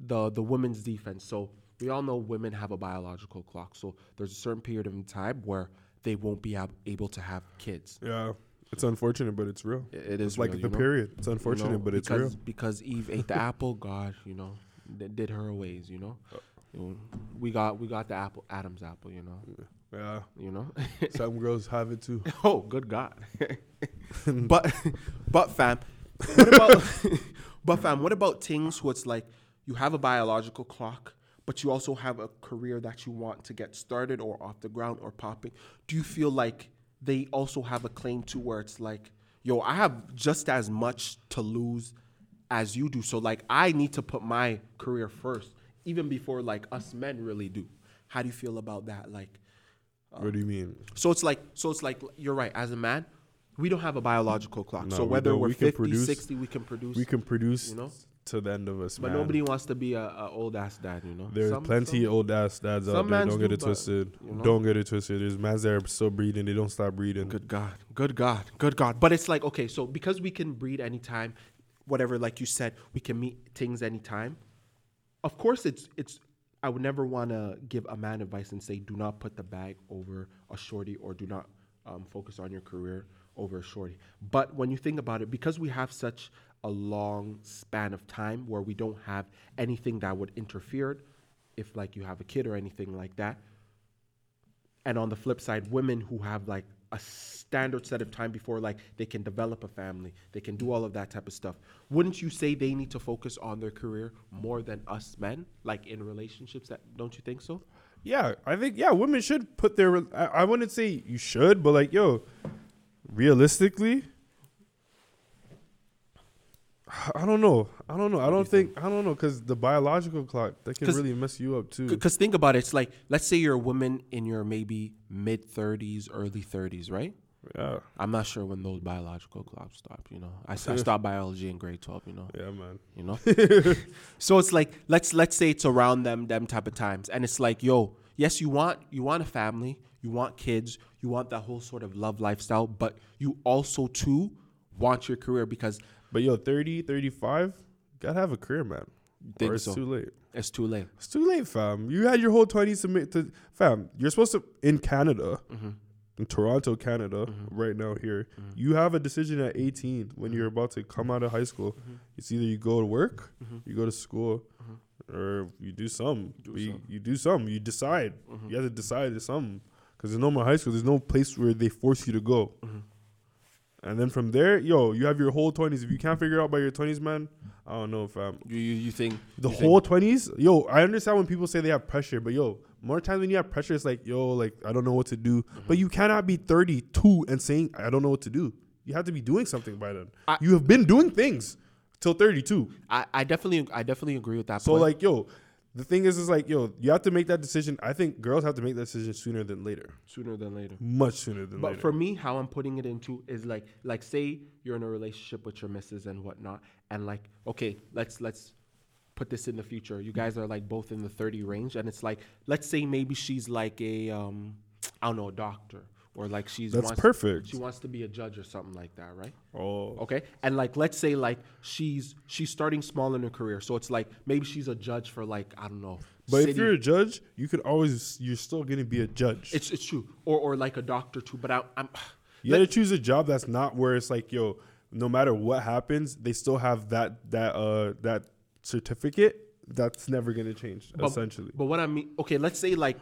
[SPEAKER 5] the the women's defense. So we all know women have a biological clock. So there's a certain period of time where they won't be ab- able to have kids.
[SPEAKER 4] Yeah, it's unfortunate, but it's real.
[SPEAKER 5] It- it
[SPEAKER 4] It's
[SPEAKER 5] is
[SPEAKER 4] like
[SPEAKER 5] real,
[SPEAKER 4] the
[SPEAKER 5] you know?
[SPEAKER 4] period. It's unfortunate,
[SPEAKER 5] You know,
[SPEAKER 4] but it's
[SPEAKER 5] because,
[SPEAKER 4] real.
[SPEAKER 5] Because Eve ate the apple, God, you know, d- did her a ways. You know,
[SPEAKER 4] Uh.
[SPEAKER 5] You know, we got we got the apple, Adam's apple. You know,
[SPEAKER 4] Yeah,
[SPEAKER 5] you know.
[SPEAKER 4] some girls have it too.
[SPEAKER 5] Oh, good God. but but fam, what about but fam, what about things where it's like you have a biological clock, but you also have a career that you want to get started or off the ground or popping? Do you feel like they also have a claim to where it's like, yo, I have just as much to lose as you do. So like I need to put my career first, even before like us men really do. How do you feel about that? Like
[SPEAKER 4] what do you mean?
[SPEAKER 5] so it's like, so it's like, you're right. As a man, we don't have a biological clock.
[SPEAKER 4] No,
[SPEAKER 5] so
[SPEAKER 4] we
[SPEAKER 5] whether
[SPEAKER 4] don't.
[SPEAKER 5] we are
[SPEAKER 4] We can
[SPEAKER 5] 50,
[SPEAKER 4] produce-
[SPEAKER 5] 60, we can produce.
[SPEAKER 4] We can produce
[SPEAKER 5] you know?
[SPEAKER 4] to the end of us,
[SPEAKER 5] But
[SPEAKER 4] man.
[SPEAKER 5] nobody wants to be a, a old ass dad, you know.
[SPEAKER 4] There's
[SPEAKER 5] Some-
[SPEAKER 4] plenty
[SPEAKER 5] some-
[SPEAKER 4] old ass dads out
[SPEAKER 5] some
[SPEAKER 4] there.
[SPEAKER 5] mans
[SPEAKER 4] Don't get
[SPEAKER 5] do,
[SPEAKER 4] it
[SPEAKER 5] but,
[SPEAKER 4] twisted.
[SPEAKER 5] you know.
[SPEAKER 4] Don't get it twisted. There's mans that are still breeding. They don't stop breeding.
[SPEAKER 5] Good God, good God, good God. But it's like okay, so because we can breed anytime, whatever, like you said, we can meet things anytime. Of course, it's it's. I would never want to give a man advice and say, do not put the bag over a shorty or do not um, focus on your career over a shorty. But when you think about it, because we have such a long span of time where we don't have anything that would interfere, if like you have a kid or anything like that, and on the flip side women who have like a standard set of time before like they can develop a family they can do all of that type of stuff wouldn't you say they need to focus on their career more than us men like in relationships that don't you think so
[SPEAKER 4] Yeah, I think yeah, women should put their. I, I wouldn't say you should, but like yo, realistically, I don't know. I don't know. I don't think, I don't know because the biological clock that can
[SPEAKER 5] 'Cause-
[SPEAKER 4] really mess you up too.
[SPEAKER 5] because think about it it's like let's say you're a woman in your maybe mid 30s early 30s right
[SPEAKER 4] Yeah,
[SPEAKER 5] i'm not sure when those biological clocks stop you know i, s- I stopped biology in grade 12 you know
[SPEAKER 4] yeah, man.
[SPEAKER 5] you know so it's like let's let's say it's around them them type of times and it's like yo yes you want you want a family you want kids you want that whole sort of love lifestyle but you also too want your career because
[SPEAKER 4] But yo, 30, 35, gotta have a career, man.
[SPEAKER 5] Think
[SPEAKER 4] or it's
[SPEAKER 5] so.
[SPEAKER 4] too late.
[SPEAKER 5] it's too late
[SPEAKER 4] It's too late, fam. You had your whole twenties to make to fam. You're supposed to in Canada, in Toronto, Canada, right now here. You have a decision at 18 when you're about to come out of high school. It's either you go to work, you go to school, or you do some. Mm-hmm. Mm-hmm. you, you do some. You decide. You have to decide it's something because there's no more high school. There's no place where they force you to go. And then from there, yo, you have your whole twenties. If you can't figure it out by your twenties, man, I don't know, fam.
[SPEAKER 5] you you, you think
[SPEAKER 4] The
[SPEAKER 5] you think-
[SPEAKER 4] whole twenties, yo. I understand when people say they have pressure, but yo, more times when you have pressure, it's like yo, like I don't know what to do.
[SPEAKER 5] Mhm.
[SPEAKER 4] But you cannot be thirty two and saying I don't know what to do. You have to be doing something by then.
[SPEAKER 5] I-
[SPEAKER 4] you have been doing things till thirty two.
[SPEAKER 5] I, I definitely i definitely agree with that
[SPEAKER 4] So
[SPEAKER 5] point.
[SPEAKER 4] like yo, the thing is, is like yo, you have to make that decision. I think girls have to make that decision sooner than later,
[SPEAKER 5] sooner than later
[SPEAKER 4] much sooner than
[SPEAKER 5] But
[SPEAKER 4] later.
[SPEAKER 5] for me, how I'm putting it into is like like say you're in a relationship with your missus and whatnot, and like okay, let's let's put this in the future. You guys are like both in the 30 range, and it's like let's say maybe she's like a um I don't know a doctor or like she's
[SPEAKER 4] That's
[SPEAKER 5] wants-
[SPEAKER 4] perfect.
[SPEAKER 5] She wants to be a judge or something like that, right?
[SPEAKER 4] oh,
[SPEAKER 5] Okay, and like let's say like she's she's starting small in her career, so it's like maybe she's a judge for like I don't know.
[SPEAKER 4] but if
[SPEAKER 5] city-
[SPEAKER 4] you're a judge, you could always. You're still gonna be a judge.
[SPEAKER 5] it's it's true, or or like a doctor too. But I, I'm
[SPEAKER 4] You gotta choose a job that's not where it's like, yo, no matter what happens, they still have that that uh that certificate that's never gonna change, essentially.
[SPEAKER 5] But what I mean, okay, let's say like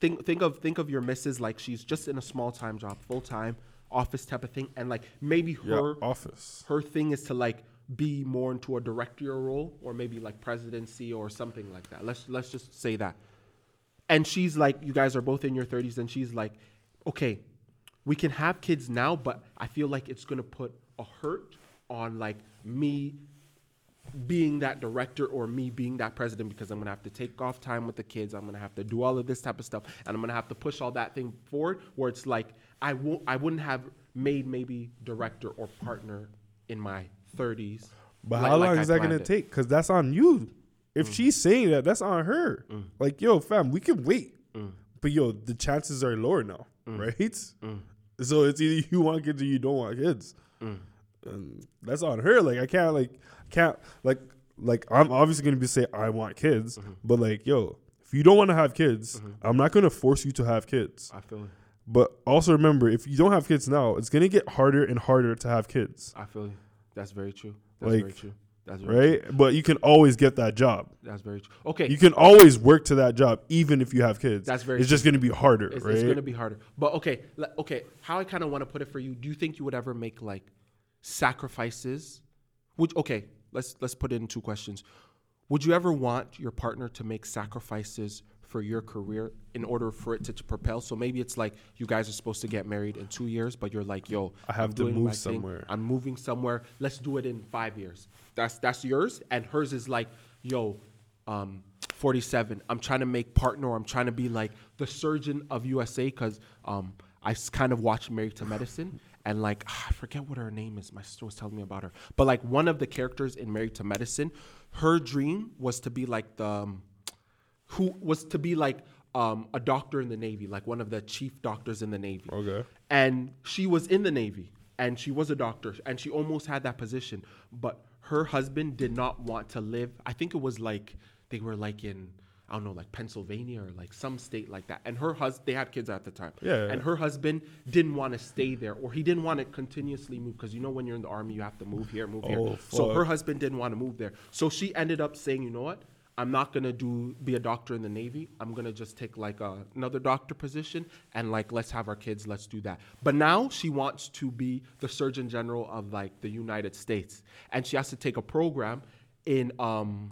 [SPEAKER 5] think think of think of your missus like she's just in a small time job, full time office type of thing, and like maybe her
[SPEAKER 4] yeah, office.
[SPEAKER 5] her thing is to like be more into a directorial role or maybe like presidency or something like that. Let's let's just say that. And she's like, you guys are both in your 30s, and she's like, okay, we can have kids now, but I feel like it's gonna put a hurt on like me being that director or me being that president because I'm gonna have to take off time with the kids. I'm gonna have to do all of this type of stuff, and I'm gonna have to push all that thing forward. Where it's like I won't, I wouldn't have made maybe director or partner in my 30s.
[SPEAKER 4] But
[SPEAKER 5] like-
[SPEAKER 4] how
[SPEAKER 5] like
[SPEAKER 4] long
[SPEAKER 5] I
[SPEAKER 4] is that
[SPEAKER 5] planned
[SPEAKER 4] gonna
[SPEAKER 5] it. Mm.
[SPEAKER 4] take? Cause that's on you. If she's saying that, that's on her. Like, yo, fam, we can wait.
[SPEAKER 5] Mm.
[SPEAKER 4] But yo, the chances are lower now, right?
[SPEAKER 5] Mm.
[SPEAKER 4] So it's either you want kids or you don't want kids. And that's on her. Like I can't like I can't like like I'm obviously gonna be say I want kids,
[SPEAKER 5] Mm-hmm.
[SPEAKER 4] but like, yo, if you don't wanna have kids, I'm not gonna force you to have kids.
[SPEAKER 5] I feel it.
[SPEAKER 4] But also remember, if you don't have kids now, it's gonna get harder and harder to have kids.
[SPEAKER 5] I feel it. That's very true. That's very
[SPEAKER 4] Like,
[SPEAKER 5] true. That's very True.
[SPEAKER 4] Right? But you can always get that job.
[SPEAKER 5] That's very true. Okay,
[SPEAKER 4] you can always work to that job even if you have kids.
[SPEAKER 5] That's very
[SPEAKER 4] It's just going to be harder,
[SPEAKER 5] it's,
[SPEAKER 4] right?
[SPEAKER 5] it's gonna be harder. But okay, le- okay. How I kind of want to put it for you. Do you think you would ever make like sacrifices? Which okay, let's let's put it in two questions. Would you ever want your partner to make sacrifices for your career in order for it to, to propel? So maybe it's like you guys are supposed to get married in two years, but you're like, yo,
[SPEAKER 4] I have
[SPEAKER 5] I'm
[SPEAKER 4] to
[SPEAKER 5] doing
[SPEAKER 4] move
[SPEAKER 5] my thing.
[SPEAKER 4] somewhere.
[SPEAKER 5] I'm moving somewhere. Let's do it in five years. That's that's yours, and hers is like, yo, um, 47. I'm trying to make partner. I'm trying to be like the surgeon of USA because um, I s- kind of watched Married to Medicine, and like ah, I forget what her name is. My sister was telling me about her, but like one of the characters in Married to Medicine, her dream was to be like the um, who was to be like um, a doctor in the Navy, like one of the chief doctors in the Navy.
[SPEAKER 4] Okay.
[SPEAKER 5] And she was in the Navy and she was a doctor and she almost had that position. But her husband did not want to live. I think it was like they were like in, I don't know, like Pennsylvania or like some state like that. And her husband, they had kids at the time.
[SPEAKER 4] Yeah, yeah,
[SPEAKER 5] And
[SPEAKER 4] yeah.
[SPEAKER 5] her husband didn't want to stay there or he didn't want to continuously move because you know when you're in the army, you have to move here, move here.
[SPEAKER 4] Oh,
[SPEAKER 5] So her
[SPEAKER 4] fuck.
[SPEAKER 5] husband didn't want to move there. So she ended up saying, you know what? I'm not gonna do be a doctor in the Navy. I'm gonna just take like a, another doctor position and like let's have our kids. Let's do that. But now she wants to be the Surgeon General of like the United States, and she has to take a program in um,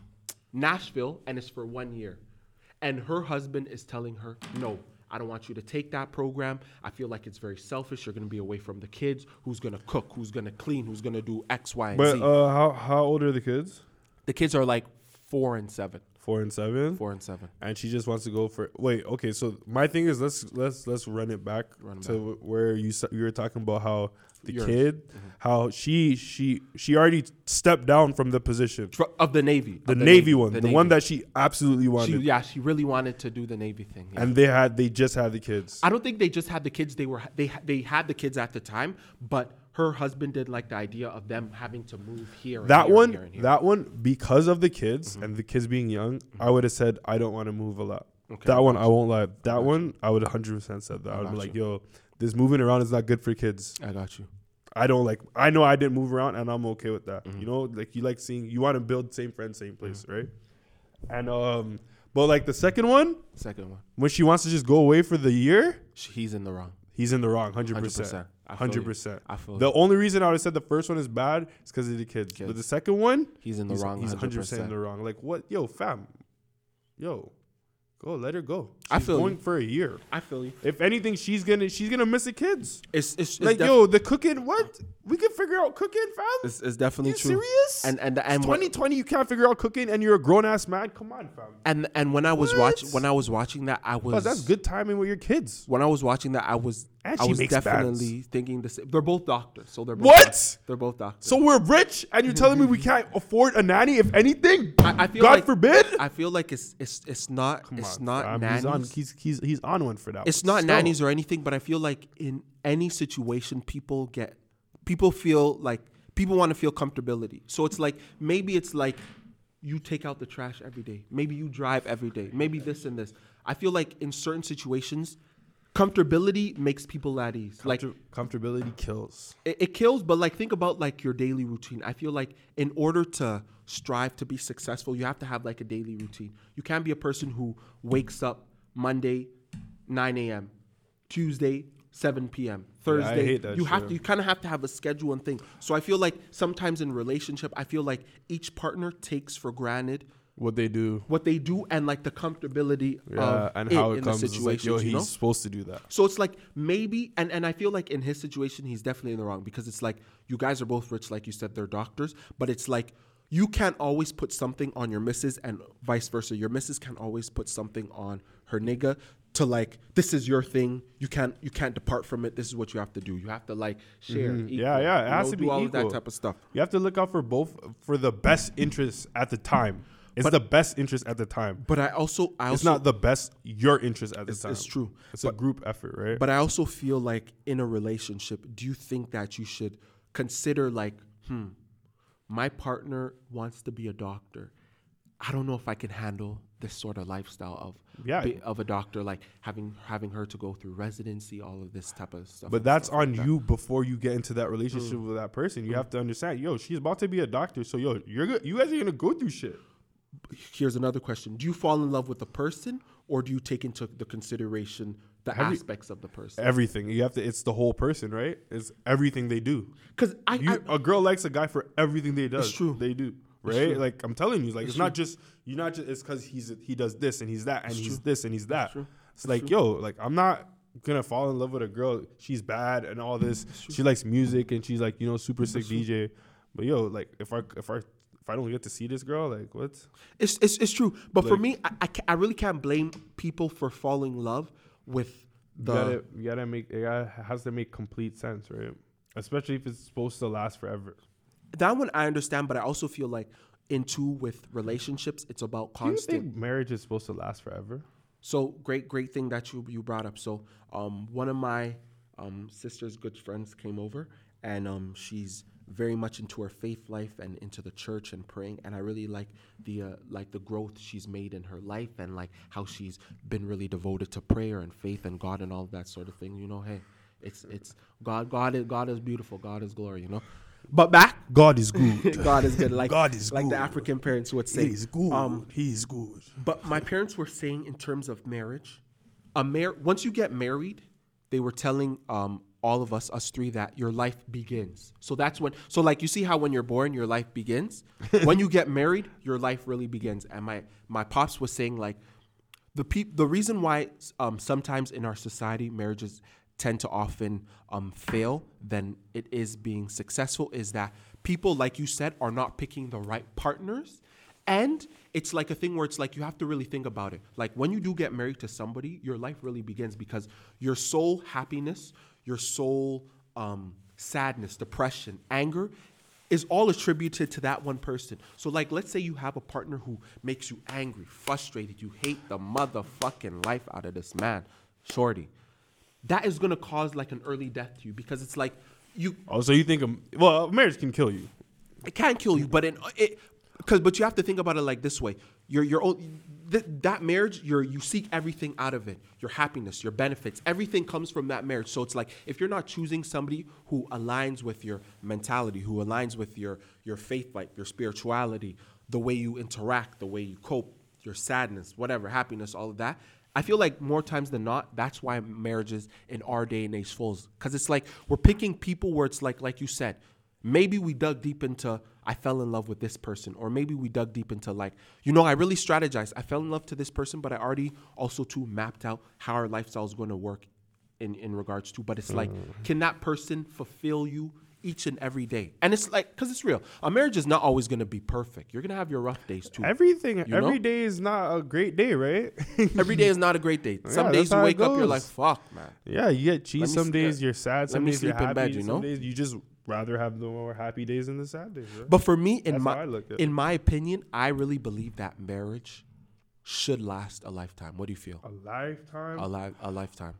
[SPEAKER 5] Nashville, and it's for one year. And her husband is telling her, no, I don't want you to take that program. I feel like it's very selfish. You're going to be away from the kids. Who's going to cook? Who's going to clean? Who's going to do X, Y, and
[SPEAKER 4] But
[SPEAKER 5] Z?
[SPEAKER 4] uh, how how old are the kids?
[SPEAKER 5] the kids are like four and seven.
[SPEAKER 4] Four and seven.
[SPEAKER 5] Four and seven.
[SPEAKER 4] And she just wants to go for wait. Okay, so my thing is let's let's let's run it back
[SPEAKER 5] Run it
[SPEAKER 4] to wh- where you s- you were talking about how the
[SPEAKER 5] Yours. Mm-hmm.
[SPEAKER 4] kid, how she she she already stepped down from the position,
[SPEAKER 5] Fr- Of the Navy.
[SPEAKER 4] the,
[SPEAKER 5] Of
[SPEAKER 4] navy, one, the,
[SPEAKER 5] Navy.
[SPEAKER 4] one that she absolutely
[SPEAKER 5] She,
[SPEAKER 4] wanted,
[SPEAKER 5] yeah, she really wanted to do the Navy thing. yeah.
[SPEAKER 4] and they had they just had the kids.
[SPEAKER 5] I don't think they just had the kids. They were they they had the kids at the time, but her husband did like the idea of them having to move here. and
[SPEAKER 4] that
[SPEAKER 5] here and
[SPEAKER 4] one
[SPEAKER 5] here and here. Mm-hmm.
[SPEAKER 4] that one because of the kids and the kids being young i would have said i don't want to move a lot that one i won't lie that one i would 100% said that i would be
[SPEAKER 5] got
[SPEAKER 4] like yo this moving around is not good for kids
[SPEAKER 5] I got you.
[SPEAKER 4] i don't like i know i didn't move around and i'm okay with that
[SPEAKER 5] Mm-hmm.
[SPEAKER 4] you know like you like seeing you want to build same friends same place right and um but like the second one
[SPEAKER 5] Second one,
[SPEAKER 4] when she wants to just go away for the year
[SPEAKER 5] She- he's in the wrong.
[SPEAKER 4] He's in the wrong, hundred
[SPEAKER 5] 100%.
[SPEAKER 4] percent,
[SPEAKER 5] I feel you.
[SPEAKER 4] hundred percent.
[SPEAKER 5] I feel
[SPEAKER 4] The
[SPEAKER 5] you.
[SPEAKER 4] only reason I would have said the first one is bad is because of the kids.
[SPEAKER 5] Kids.
[SPEAKER 4] but the second one,
[SPEAKER 5] He's in the wrong
[SPEAKER 4] He's hundred
[SPEAKER 5] 100%.
[SPEAKER 4] percent in the wrong. Like what, yo, fam, yo, go let her go. She's
[SPEAKER 5] I feel
[SPEAKER 4] going
[SPEAKER 5] you.
[SPEAKER 4] for a year.
[SPEAKER 5] I feel you.
[SPEAKER 4] If anything, she's gonna she's gonna miss the kids.
[SPEAKER 5] It's it's, it's
[SPEAKER 4] like
[SPEAKER 5] def-
[SPEAKER 4] yo, the cooking. What we can figure out cooking, fam.
[SPEAKER 5] It's, it's definitely
[SPEAKER 4] you
[SPEAKER 5] true.
[SPEAKER 4] serious?
[SPEAKER 5] And and
[SPEAKER 4] It's
[SPEAKER 5] and when-
[SPEAKER 4] 2020, you can't figure out cooking, and you're a grown ass man. Come on, fam.
[SPEAKER 5] and and when I was
[SPEAKER 4] What?
[SPEAKER 5] watching when I was watching that, I was
[SPEAKER 4] Plus, that's good timing with your kids.
[SPEAKER 5] When I was watching that, I was
[SPEAKER 4] And
[SPEAKER 5] I
[SPEAKER 4] she
[SPEAKER 5] was
[SPEAKER 4] makes bads.
[SPEAKER 5] definitely thinking the same. They're both doctors, so they're both
[SPEAKER 4] What?
[SPEAKER 5] doc- They're both doctors.
[SPEAKER 4] So we're rich, and you're telling me we can't afford a nanny? If anything,
[SPEAKER 5] I, I feel
[SPEAKER 4] God
[SPEAKER 5] like,
[SPEAKER 4] forbid.
[SPEAKER 5] I feel like it's it's it's not it's not nannies.
[SPEAKER 4] He's on, he's, he's, he's on one for that.
[SPEAKER 5] it's not nannies or anything, but I feel like in any situation, people get people feel like people want to feel comfortability. So it's like maybe it's like you take out the trash every day, maybe you drive every day, maybe this and this. I feel like in certain situations, comfortability makes people at ease. Like
[SPEAKER 4] comfortability kills.
[SPEAKER 5] it, it kills but like think about like your daily routine i feel like in order to strive to be successful you have to have like a daily routine you can't be a person who wakes up monday 9 a.m tuesday 7 p.m thursday
[SPEAKER 4] hate that
[SPEAKER 5] you have
[SPEAKER 4] shit.
[SPEAKER 5] to you kind of have to have a schedule and thing so i feel like sometimes in relationship i feel like each partner takes for granted
[SPEAKER 4] What they do,
[SPEAKER 5] what they do and like the comfortability
[SPEAKER 4] yeah,
[SPEAKER 5] of
[SPEAKER 4] and how it
[SPEAKER 5] in
[SPEAKER 4] comes.
[SPEAKER 5] the
[SPEAKER 4] It's like,
[SPEAKER 5] situation
[SPEAKER 4] yo,
[SPEAKER 5] you
[SPEAKER 4] he's
[SPEAKER 5] know?
[SPEAKER 4] supposed to do that.
[SPEAKER 5] So it's like maybe, and, and I feel like in his situation, he's definitely in the wrong because it's like you guys are both rich, like you said, they're doctors, but it's like you can't always put something on your missus and vice versa. Your missus can always put something on her nigga to like this is your thing. You can't you can't depart from it. This is what you have to do. You have to like share. equal,
[SPEAKER 4] Mm-hmm. Yeah, yeah, it
[SPEAKER 5] you
[SPEAKER 4] has
[SPEAKER 5] know,
[SPEAKER 4] to
[SPEAKER 5] do
[SPEAKER 4] be
[SPEAKER 5] all
[SPEAKER 4] equal.
[SPEAKER 5] of that type of stuff.
[SPEAKER 4] You have to look out for both for the best interests at the time. It's the best interest at the time.
[SPEAKER 5] But I also I also
[SPEAKER 4] it's not the best your interest at the time.
[SPEAKER 5] it's true.
[SPEAKER 4] It's a group effort, right?
[SPEAKER 5] But I also feel like in a relationship, do you think that you should consider like, hmm, my partner wants to be a doctor. I don't know if I can handle this sort of lifestyle of
[SPEAKER 4] Yeah.
[SPEAKER 5] be- of a doctor, like having having her to go through residency, all of this type of stuff.
[SPEAKER 4] But
[SPEAKER 5] and
[SPEAKER 4] that's
[SPEAKER 5] stuff like
[SPEAKER 4] on
[SPEAKER 5] that. Mm.
[SPEAKER 4] you before you get into that relationship with that person. You have to understand, yo, she's about to be a doctor, so yo, you're go- you guys are gonna go through shit.
[SPEAKER 5] Here's another question: Do you fall in love with the person, or do you take into the consideration the
[SPEAKER 4] Have you-
[SPEAKER 5] aspects of the person?
[SPEAKER 4] Everything you have to, it's the whole person, right? It's everything they do.
[SPEAKER 5] Because I,
[SPEAKER 4] You,
[SPEAKER 5] I
[SPEAKER 4] a girl likes a guy for everything they does.
[SPEAKER 5] true.
[SPEAKER 4] They do. Right, like I'm telling you, like it's, not just you're not just it's because he's he does this and he's that and he's this and he's that. It's like yo, like I'm not gonna fall in love with a girl. She's bad and all this. She likes music and she's like you know super sick DJ. But yo, like if I if I if I don't get to see this girl, like what?
[SPEAKER 5] It's it's, it's true, but for me, I, I, ca- I really can't blame people for falling in love with the.
[SPEAKER 4] you gotta, you gotta make it gotta, has to make complete sense, right? Especially if it's supposed to last forever.
[SPEAKER 5] That one I understand, but I also feel like in two with relationships, it's about
[SPEAKER 4] Do you
[SPEAKER 5] constant.
[SPEAKER 4] think marriage is supposed to last forever?
[SPEAKER 5] So great, great thing that you you brought up. So um, one of my um, sister's good friends came over, and um, she's very much into her faith life and into the church and praying. And I really like the uh, like the growth she's made in her life and like how she's been really devoted to prayer and faith and God and all of that sort of thing. You know, hey, it's it's God. God is God is beautiful. God is glory. You know. But back,
[SPEAKER 3] God is good.
[SPEAKER 5] God is good. Like
[SPEAKER 3] God is
[SPEAKER 5] like the
[SPEAKER 3] good.
[SPEAKER 5] African parents would say.
[SPEAKER 3] he is good.
[SPEAKER 5] Um,
[SPEAKER 3] he is good.
[SPEAKER 5] but my parents were saying in terms of marriage, a mar- once you get married, they were telling um, all of us, us three, that your life begins. So that's when. So like you see how when you're born, your life begins. when you get married, your life really begins. And my my pops was saying like, the peop- the reason why um, sometimes in our society marriages tend to often um, fail than it is being successful is that people like you said are not picking the right partners and it's like a thing where it's like you have to really think about it like when you do get married to somebody your life really begins because your sole happiness your sole um, sadness depression anger is all attributed to that one person. So, like, let's say you have a partner who makes you angry, frustrated, you hate the motherfucking life out of this man, shorty. That is gonna cause like an early death to you because it's like you
[SPEAKER 4] Oh, so you think um, well, marriage can kill you.
[SPEAKER 5] it can kill you, but in it because but you have to think about it like this way. Your your own th- that marriage, you you seek everything out of it. Your happiness, your benefits, everything comes from that marriage. So it's like if you're not choosing somebody who aligns with your mentality, who aligns with your your faith life, your spirituality, the way you interact, the way you cope, your sadness, whatever, happiness, all of that. I feel like more times than not, that's why marriages in our day and age falls. Cause it's like we're picking people where it's like, like you said, maybe we dug deep into I fell in love with this person, or maybe we dug deep into like, you know, I really strategized. I fell in love to this person, but I already also too mapped out how our lifestyle is going to work in in regards to. But it's like, can that person fulfill you? Each and every day, and it's like, cause it's real. A marriage is not always gonna be perfect. You're gonna have your rough days too.
[SPEAKER 4] Everything every
[SPEAKER 5] You
[SPEAKER 4] day
[SPEAKER 5] know?
[SPEAKER 4] is not a great day, right?
[SPEAKER 5] Every day is not a great day. Some
[SPEAKER 4] Yeah, that's
[SPEAKER 5] days you
[SPEAKER 4] how it
[SPEAKER 5] wake up, you're
[SPEAKER 4] goes.
[SPEAKER 5] like, fuck, man.
[SPEAKER 4] yeah, you get
[SPEAKER 5] Let
[SPEAKER 4] cheese
[SPEAKER 5] me
[SPEAKER 4] some
[SPEAKER 5] s-
[SPEAKER 4] days,
[SPEAKER 5] yeah.
[SPEAKER 4] you're sad,
[SPEAKER 5] Let
[SPEAKER 4] some
[SPEAKER 5] me
[SPEAKER 4] days you're
[SPEAKER 5] sleep
[SPEAKER 4] happy,
[SPEAKER 5] in bed, you know?
[SPEAKER 4] some days you just rather have the more happy days than the sad days. Right?
[SPEAKER 5] But for me, in
[SPEAKER 4] That's how
[SPEAKER 5] my
[SPEAKER 4] I look at
[SPEAKER 5] in my opinion, I really believe that marriage should last a lifetime. What do you feel?
[SPEAKER 4] a lifetime.
[SPEAKER 5] A li- a lifetime.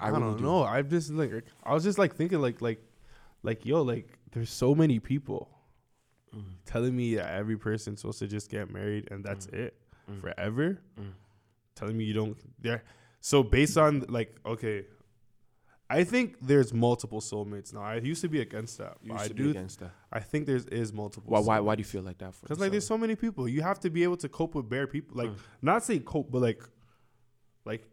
[SPEAKER 4] I, don't know. I've just like I was just like thinking like like like yo like there's so many people
[SPEAKER 5] Mm.
[SPEAKER 4] telling me that every person's supposed to just get married and that's
[SPEAKER 5] Mm.
[SPEAKER 4] it forever. Telling me you don't there. So based on like okay, I think there's multiple soulmates now. I used to be against that.
[SPEAKER 5] You
[SPEAKER 4] but
[SPEAKER 5] used
[SPEAKER 4] I
[SPEAKER 5] to
[SPEAKER 4] do.
[SPEAKER 5] be against that.
[SPEAKER 4] I think there's is multiple.
[SPEAKER 5] Why, why? Why do you feel like that? for
[SPEAKER 4] Because like there's
[SPEAKER 5] yourself?
[SPEAKER 4] so many people, you have to be able to cope with bare people.
[SPEAKER 5] Hmm.
[SPEAKER 4] Like not say cope, but like, like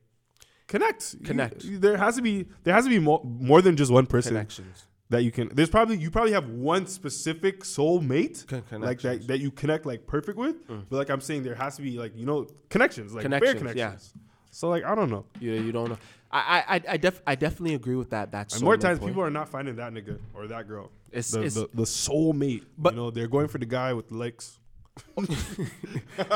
[SPEAKER 4] connect, You-
[SPEAKER 5] Connect.
[SPEAKER 4] you- there has to be there has to be more, more than just one person
[SPEAKER 5] connections.
[SPEAKER 4] that you can. There's probably you probably have one specific soulmate
[SPEAKER 5] Con-
[SPEAKER 4] like that
[SPEAKER 5] connections. Hmm.
[SPEAKER 4] that you connect like perfect with. But like I'm saying, there has to be like you know connections, like bare
[SPEAKER 5] Connections, yeah.
[SPEAKER 4] connections. So like I don't know.
[SPEAKER 5] You you don't know. I I I- I, def- I definitely agree with that. That's
[SPEAKER 4] And more times people are not finding that nigga or that girl.
[SPEAKER 5] It's-
[SPEAKER 4] the,
[SPEAKER 5] it's-
[SPEAKER 4] the, the soulmate.
[SPEAKER 5] But-
[SPEAKER 4] you know they're going for the guy with the legs.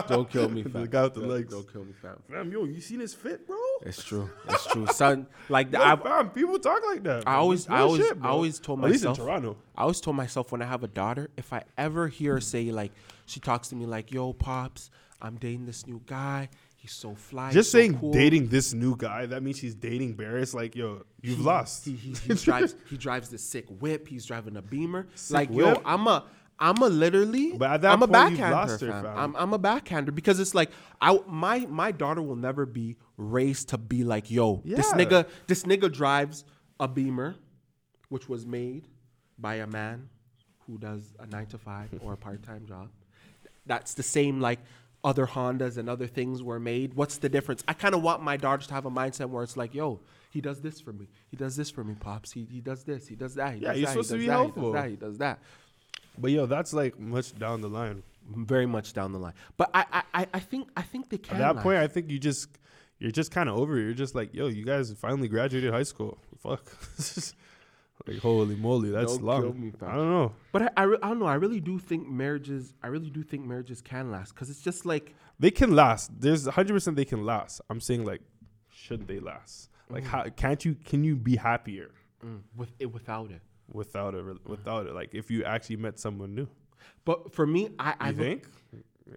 [SPEAKER 5] don't kill me.
[SPEAKER 4] The
[SPEAKER 5] fam.
[SPEAKER 4] guy with the
[SPEAKER 5] Don't-
[SPEAKER 4] legs.
[SPEAKER 5] Don't kill me, fam.
[SPEAKER 4] Fam, yo, you seen his fit, bro?
[SPEAKER 5] It's true. It's true. Son, like
[SPEAKER 4] Yo,
[SPEAKER 5] I,
[SPEAKER 4] fam, people talk like that. bro.
[SPEAKER 5] I always,
[SPEAKER 4] It's
[SPEAKER 5] I
[SPEAKER 4] real
[SPEAKER 5] always,
[SPEAKER 4] shit,
[SPEAKER 5] I
[SPEAKER 4] bro.
[SPEAKER 5] always told
[SPEAKER 4] At least in
[SPEAKER 5] myself.
[SPEAKER 4] Toronto.
[SPEAKER 5] I always told myself when I have a daughter, if I ever hear her say like, she talks to me like, "Yo, pops, I'm dating this new guy. He's so fly." he's
[SPEAKER 4] Just
[SPEAKER 5] so
[SPEAKER 4] saying
[SPEAKER 5] cool.
[SPEAKER 4] dating this new guy, that means she's dating Barris. Like, yo, you've lost.
[SPEAKER 5] He, he, he drives. He drives this sick whip. He's driving a Beamer. like
[SPEAKER 4] whip.
[SPEAKER 5] yo, I'm a. I'm a literally.
[SPEAKER 4] But at that
[SPEAKER 5] I'm a
[SPEAKER 4] point, you've
[SPEAKER 5] backhander.
[SPEAKER 4] lost her,
[SPEAKER 5] fam.
[SPEAKER 4] fam.
[SPEAKER 5] I'm, I'm a backhander because it's like I my my daughter will never be raised to be like yo. This
[SPEAKER 4] Yeah.
[SPEAKER 5] nigga. This nigga drives a Beamer, which was made by a man who does a nine to five or a part time job. That's the same like other Hondas and other things were made. What's the difference? I kind of want my daughters to have a mindset where it's like, yo, he does this for me. He does this for me, pops. He, he does this. He does that. He
[SPEAKER 4] Yeah,
[SPEAKER 5] does
[SPEAKER 4] you're
[SPEAKER 5] that.
[SPEAKER 4] supposed to
[SPEAKER 5] he
[SPEAKER 4] be
[SPEAKER 5] does that.
[SPEAKER 4] helpful.
[SPEAKER 5] He does that. He does that.
[SPEAKER 4] But yo, that's like much down the line.
[SPEAKER 5] Very much down the line. But I I, I- I think I think they can.
[SPEAKER 4] At that
[SPEAKER 5] last.
[SPEAKER 4] point, I think you just you're just kind of over it. You're just like, yo, you guys finally graduated high school. Fuck. like, holy moly, that's
[SPEAKER 5] Don't
[SPEAKER 4] long.
[SPEAKER 5] kill me, fam.
[SPEAKER 4] I don't know.
[SPEAKER 5] but I, I, re- I don't know. I really do think marriages. I really do think marriages can last because it's just like
[SPEAKER 4] They can last. There's 100 percent they can last. I'm saying like, should they last? Like, how can't you? Can you be happier?
[SPEAKER 5] mm, with it without it.
[SPEAKER 4] without it, without it. Like if you actually met someone new,
[SPEAKER 5] But for me, I
[SPEAKER 4] I
[SPEAKER 5] I look-
[SPEAKER 4] think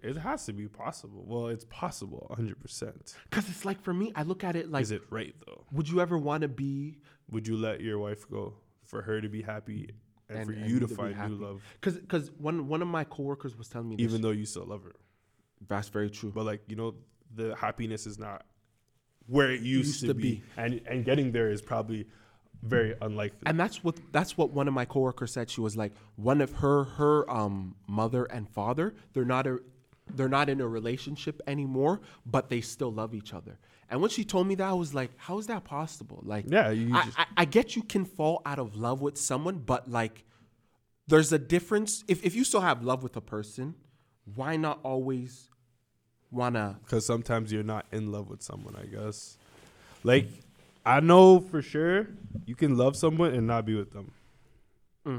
[SPEAKER 4] it has to be possible. Well, it's possible, hundred percent.
[SPEAKER 5] Cause it's like for me, I look at it like,
[SPEAKER 4] Is it right though?
[SPEAKER 5] would you ever want to be?
[SPEAKER 4] Would you let your wife go for her to be happy and,
[SPEAKER 5] and-
[SPEAKER 4] for
[SPEAKER 5] and
[SPEAKER 4] you to
[SPEAKER 5] be
[SPEAKER 4] find
[SPEAKER 5] happy.
[SPEAKER 4] new love,
[SPEAKER 5] Cause, cause one one of my coworkers was telling me this.
[SPEAKER 4] even though you still love her.
[SPEAKER 5] that's very true.
[SPEAKER 4] But like you know, the happiness is not where it used, to, be. and and getting there is probably very unlikely.
[SPEAKER 5] and that's what that's what one of my coworkers said. She was like, one of her her um mother and father, they're not a they're not in a relationship anymore, but they still love each other. And when she told me that, I was like, how is that possible? Like,
[SPEAKER 4] Yeah, you
[SPEAKER 5] I,
[SPEAKER 4] just-
[SPEAKER 5] I, I get you can fall out of love with someone, but like, there's a difference. If if you still have love with a person, why not always wanna?
[SPEAKER 4] because sometimes you're not in love with someone. I guess, like I know for sure you can love someone and not be with them.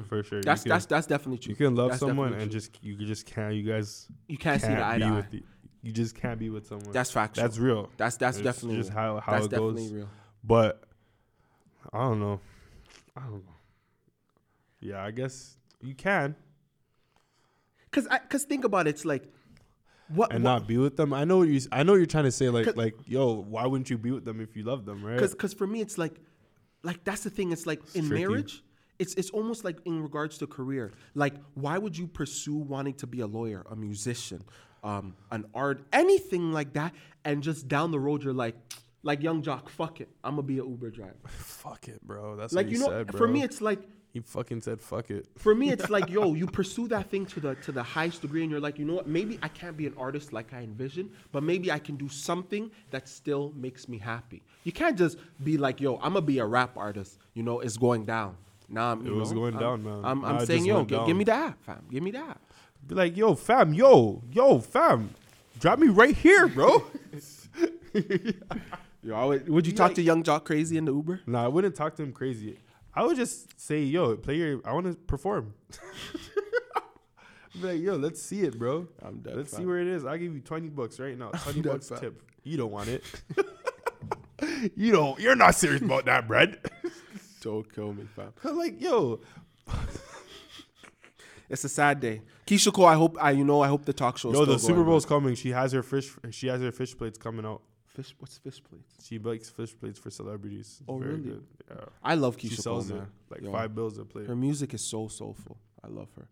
[SPEAKER 4] For sure,
[SPEAKER 5] Mm. That's
[SPEAKER 4] you can,
[SPEAKER 5] that's that's definitely true.
[SPEAKER 4] you can love
[SPEAKER 5] That's
[SPEAKER 4] someone
[SPEAKER 5] definitely
[SPEAKER 4] and
[SPEAKER 5] true.
[SPEAKER 4] just you can- just can't. You guys
[SPEAKER 5] you can't, see the eye
[SPEAKER 4] be
[SPEAKER 5] to eye.
[SPEAKER 4] with the, you just can't be with someone.
[SPEAKER 5] That's factual.
[SPEAKER 4] That's real.
[SPEAKER 5] That's that's
[SPEAKER 4] It's
[SPEAKER 5] definitely
[SPEAKER 4] just
[SPEAKER 5] real.
[SPEAKER 4] how- how
[SPEAKER 5] that's
[SPEAKER 4] it goes.
[SPEAKER 5] definitely real.
[SPEAKER 4] But I don't know. I don't know. Yeah, I guess you can
[SPEAKER 5] Cause I cause think about it, it's like what
[SPEAKER 4] and not be with them. I know what you. s- I know you're trying to say like
[SPEAKER 5] Cause-
[SPEAKER 4] like yo, why wouldn't you be with them if you love them, right?
[SPEAKER 5] because because for me it's like like that's the thing. It's like in
[SPEAKER 4] tricky.
[SPEAKER 5] marriage, it's it's almost like in regards to career. Like why would you pursue wanting to be a lawyer, a musician, um, an art, anything like that, and just down the road you're like like young jock, fuck it, I'm gonna be an Uber driver.
[SPEAKER 4] Fuck it, bro. That's
[SPEAKER 5] Like
[SPEAKER 4] what
[SPEAKER 5] you
[SPEAKER 4] he
[SPEAKER 5] know,
[SPEAKER 4] said, bro.
[SPEAKER 5] for me it's like
[SPEAKER 4] he fucking said fuck it.
[SPEAKER 5] for me it's like yo you pursue that thing to the to the highest degree and you're like you know what maybe i can't be an artist like i envision but maybe i can do something that still makes me happy you can't just be like yo i'm gonna be a rap artist you know it's going down now i'm
[SPEAKER 4] It
[SPEAKER 5] you
[SPEAKER 4] was
[SPEAKER 5] know,
[SPEAKER 4] going
[SPEAKER 5] I'm-
[SPEAKER 4] down, man.
[SPEAKER 5] i'm,
[SPEAKER 4] Nah,
[SPEAKER 5] I'm
[SPEAKER 4] it
[SPEAKER 5] saying
[SPEAKER 4] just
[SPEAKER 5] yo
[SPEAKER 4] went
[SPEAKER 5] gi-
[SPEAKER 4] down.
[SPEAKER 5] give me the app fam give me the app
[SPEAKER 4] Be like yo, fam, yo, yo, fam, drop me right here, bro.
[SPEAKER 5] yo, I would, would you
[SPEAKER 4] talk
[SPEAKER 5] talk
[SPEAKER 4] to
[SPEAKER 5] to young jock crazy in the uber
[SPEAKER 4] nah, I wouldn't talk to him crazy. I would just say yo, play your. I want to perform. Be like yo, let's see it, bro.
[SPEAKER 5] I'm dead,
[SPEAKER 4] Let's see
[SPEAKER 5] fam.
[SPEAKER 4] where it is. I'll give you twenty bucks right now. Twenty
[SPEAKER 5] dead,
[SPEAKER 4] bucks
[SPEAKER 5] fam.
[SPEAKER 4] tip. You don't want it. you don't. You're not serious about that, bread.
[SPEAKER 5] don't kill me fam
[SPEAKER 4] I'm like yo,
[SPEAKER 5] it's a sad day keisha cole i hope i you know i hope the talk show
[SPEAKER 4] yo, the Super Bowl's coming. She has her fish. She has her fish plates coming out.
[SPEAKER 5] fish what's fish plates
[SPEAKER 4] She makes fish plates for celebrities.
[SPEAKER 5] Oh,
[SPEAKER 4] Very
[SPEAKER 5] really?
[SPEAKER 4] good. Yeah.
[SPEAKER 5] i love keisha
[SPEAKER 4] She
[SPEAKER 5] cole
[SPEAKER 4] sells it
[SPEAKER 5] man.
[SPEAKER 4] like
[SPEAKER 5] Yo.
[SPEAKER 4] five bills a plate.
[SPEAKER 5] Her music is so soulful. I love her.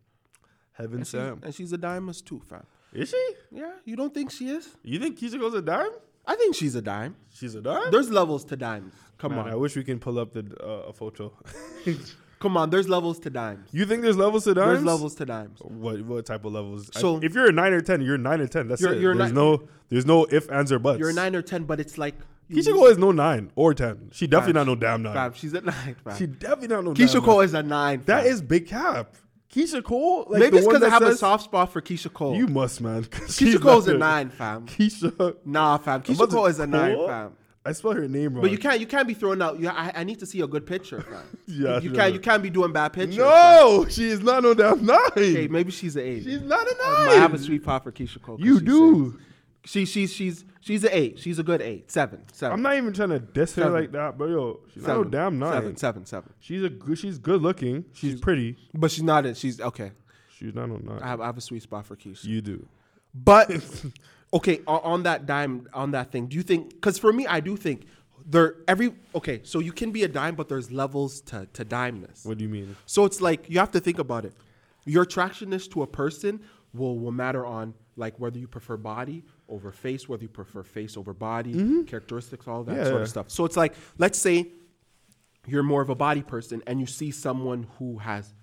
[SPEAKER 4] Heaven
[SPEAKER 5] And, she's,
[SPEAKER 4] Sam.
[SPEAKER 5] and she's a dimeist too, fam.
[SPEAKER 4] Is she?
[SPEAKER 5] Yeah, you don't think she is?
[SPEAKER 4] You think Keisha goes a dime?
[SPEAKER 5] I think she's a dime.
[SPEAKER 4] She's a dime.
[SPEAKER 5] There's levels to dimes. Come
[SPEAKER 4] Man, I
[SPEAKER 5] on.
[SPEAKER 4] wish we can pull up the uh, a photo.
[SPEAKER 5] Come on, there's levels to dimes.
[SPEAKER 4] you think there's levels to dimes? Oh,
[SPEAKER 5] There's levels to dimes.
[SPEAKER 4] What what type of levels? I-
[SPEAKER 5] So-
[SPEAKER 4] if you're a nine or ten, you're a nine or ten. That's
[SPEAKER 5] You're-
[SPEAKER 4] it.
[SPEAKER 5] you're a
[SPEAKER 4] there's
[SPEAKER 5] ni-
[SPEAKER 4] no there's no if ands or buts.
[SPEAKER 5] You're a 9 or 10, but it's like you
[SPEAKER 4] Keisha Cole is no nine or ten. She definitely
[SPEAKER 5] Fam,
[SPEAKER 4] not no damn nine.
[SPEAKER 5] fam, she's a 9, fam.
[SPEAKER 4] She definitely not no. damn
[SPEAKER 5] Keisha Cole
[SPEAKER 4] nine.
[SPEAKER 5] is a 9.
[SPEAKER 4] that
[SPEAKER 5] fam.
[SPEAKER 4] is big cap. Keisha Cole. Like
[SPEAKER 5] Maybe
[SPEAKER 4] the
[SPEAKER 5] it's
[SPEAKER 4] one
[SPEAKER 5] cuz I
[SPEAKER 4] that
[SPEAKER 5] have a
[SPEAKER 4] says-
[SPEAKER 5] soft spot for Keisha Cole.
[SPEAKER 4] You must, man.
[SPEAKER 5] Keisha Cole's a 9, fam.
[SPEAKER 4] Keisha.
[SPEAKER 5] Nah, fam. Keisha Cole is a 9, fam.
[SPEAKER 4] I spell her name wrong.
[SPEAKER 5] But you can't you can't be thrown out. You, I, I need to see a good picture, fam.
[SPEAKER 4] Yeah,
[SPEAKER 5] you
[SPEAKER 4] no,
[SPEAKER 5] can't
[SPEAKER 4] no.
[SPEAKER 5] you can't be doing bad pictures. fam.
[SPEAKER 4] No, she is not no damn nine.
[SPEAKER 5] Okay, maybe she's an 8.
[SPEAKER 4] She's not a
[SPEAKER 5] I
[SPEAKER 4] nine.
[SPEAKER 5] have a sweet pot for Keisha Cole. 'cause
[SPEAKER 4] You
[SPEAKER 5] she's
[SPEAKER 4] do.
[SPEAKER 5] six. She she's she's she's an eight. She's a good eight. Seven. Seven.
[SPEAKER 4] I'm not even trying to diss her
[SPEAKER 5] Seven.
[SPEAKER 4] like that, but yo, she's
[SPEAKER 5] seven,
[SPEAKER 4] not no damn nine.
[SPEAKER 5] Seven, seven, seven.
[SPEAKER 4] She's a good. She's good looking. She's, pretty.
[SPEAKER 5] But she's not a she's okay.
[SPEAKER 4] She's not no nine.
[SPEAKER 5] I have I have a sweet spot for Keisha.
[SPEAKER 4] you do.
[SPEAKER 5] But okay, on, on that dime, on that thing, do you think? Because for me, I do think there every okay. So you can be a dime, but there's levels to to dimeness.
[SPEAKER 4] What do you mean?
[SPEAKER 5] So it's like you have to think about it. Your attractionness to a person will will matter on like whether you prefer body over face, whether you prefer face over body, characteristics, all that sort
[SPEAKER 4] Mm-hmm. Yeah.
[SPEAKER 5] of stuff. So it's like let's say you're more of a body person and you see someone who has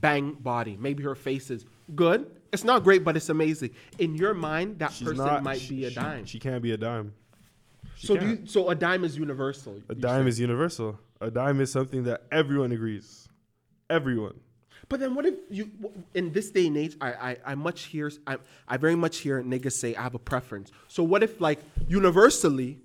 [SPEAKER 5] bang body. Maybe her face is good. It's not great, but it's amazing. In your mind, that
[SPEAKER 4] She's
[SPEAKER 5] person
[SPEAKER 4] not.
[SPEAKER 5] might
[SPEAKER 4] she-
[SPEAKER 5] be a
[SPEAKER 4] she-
[SPEAKER 5] dime.
[SPEAKER 4] She, can't be a dime. She
[SPEAKER 5] so do
[SPEAKER 4] can't.
[SPEAKER 5] you, so a dime is universal.
[SPEAKER 4] a dime is universal. A dime is something that everyone agrees. Everyone.
[SPEAKER 5] But then, what if you w- in this day and age? I I, I much hear I, I very much hear niggas say I have a preference. So what if like universally,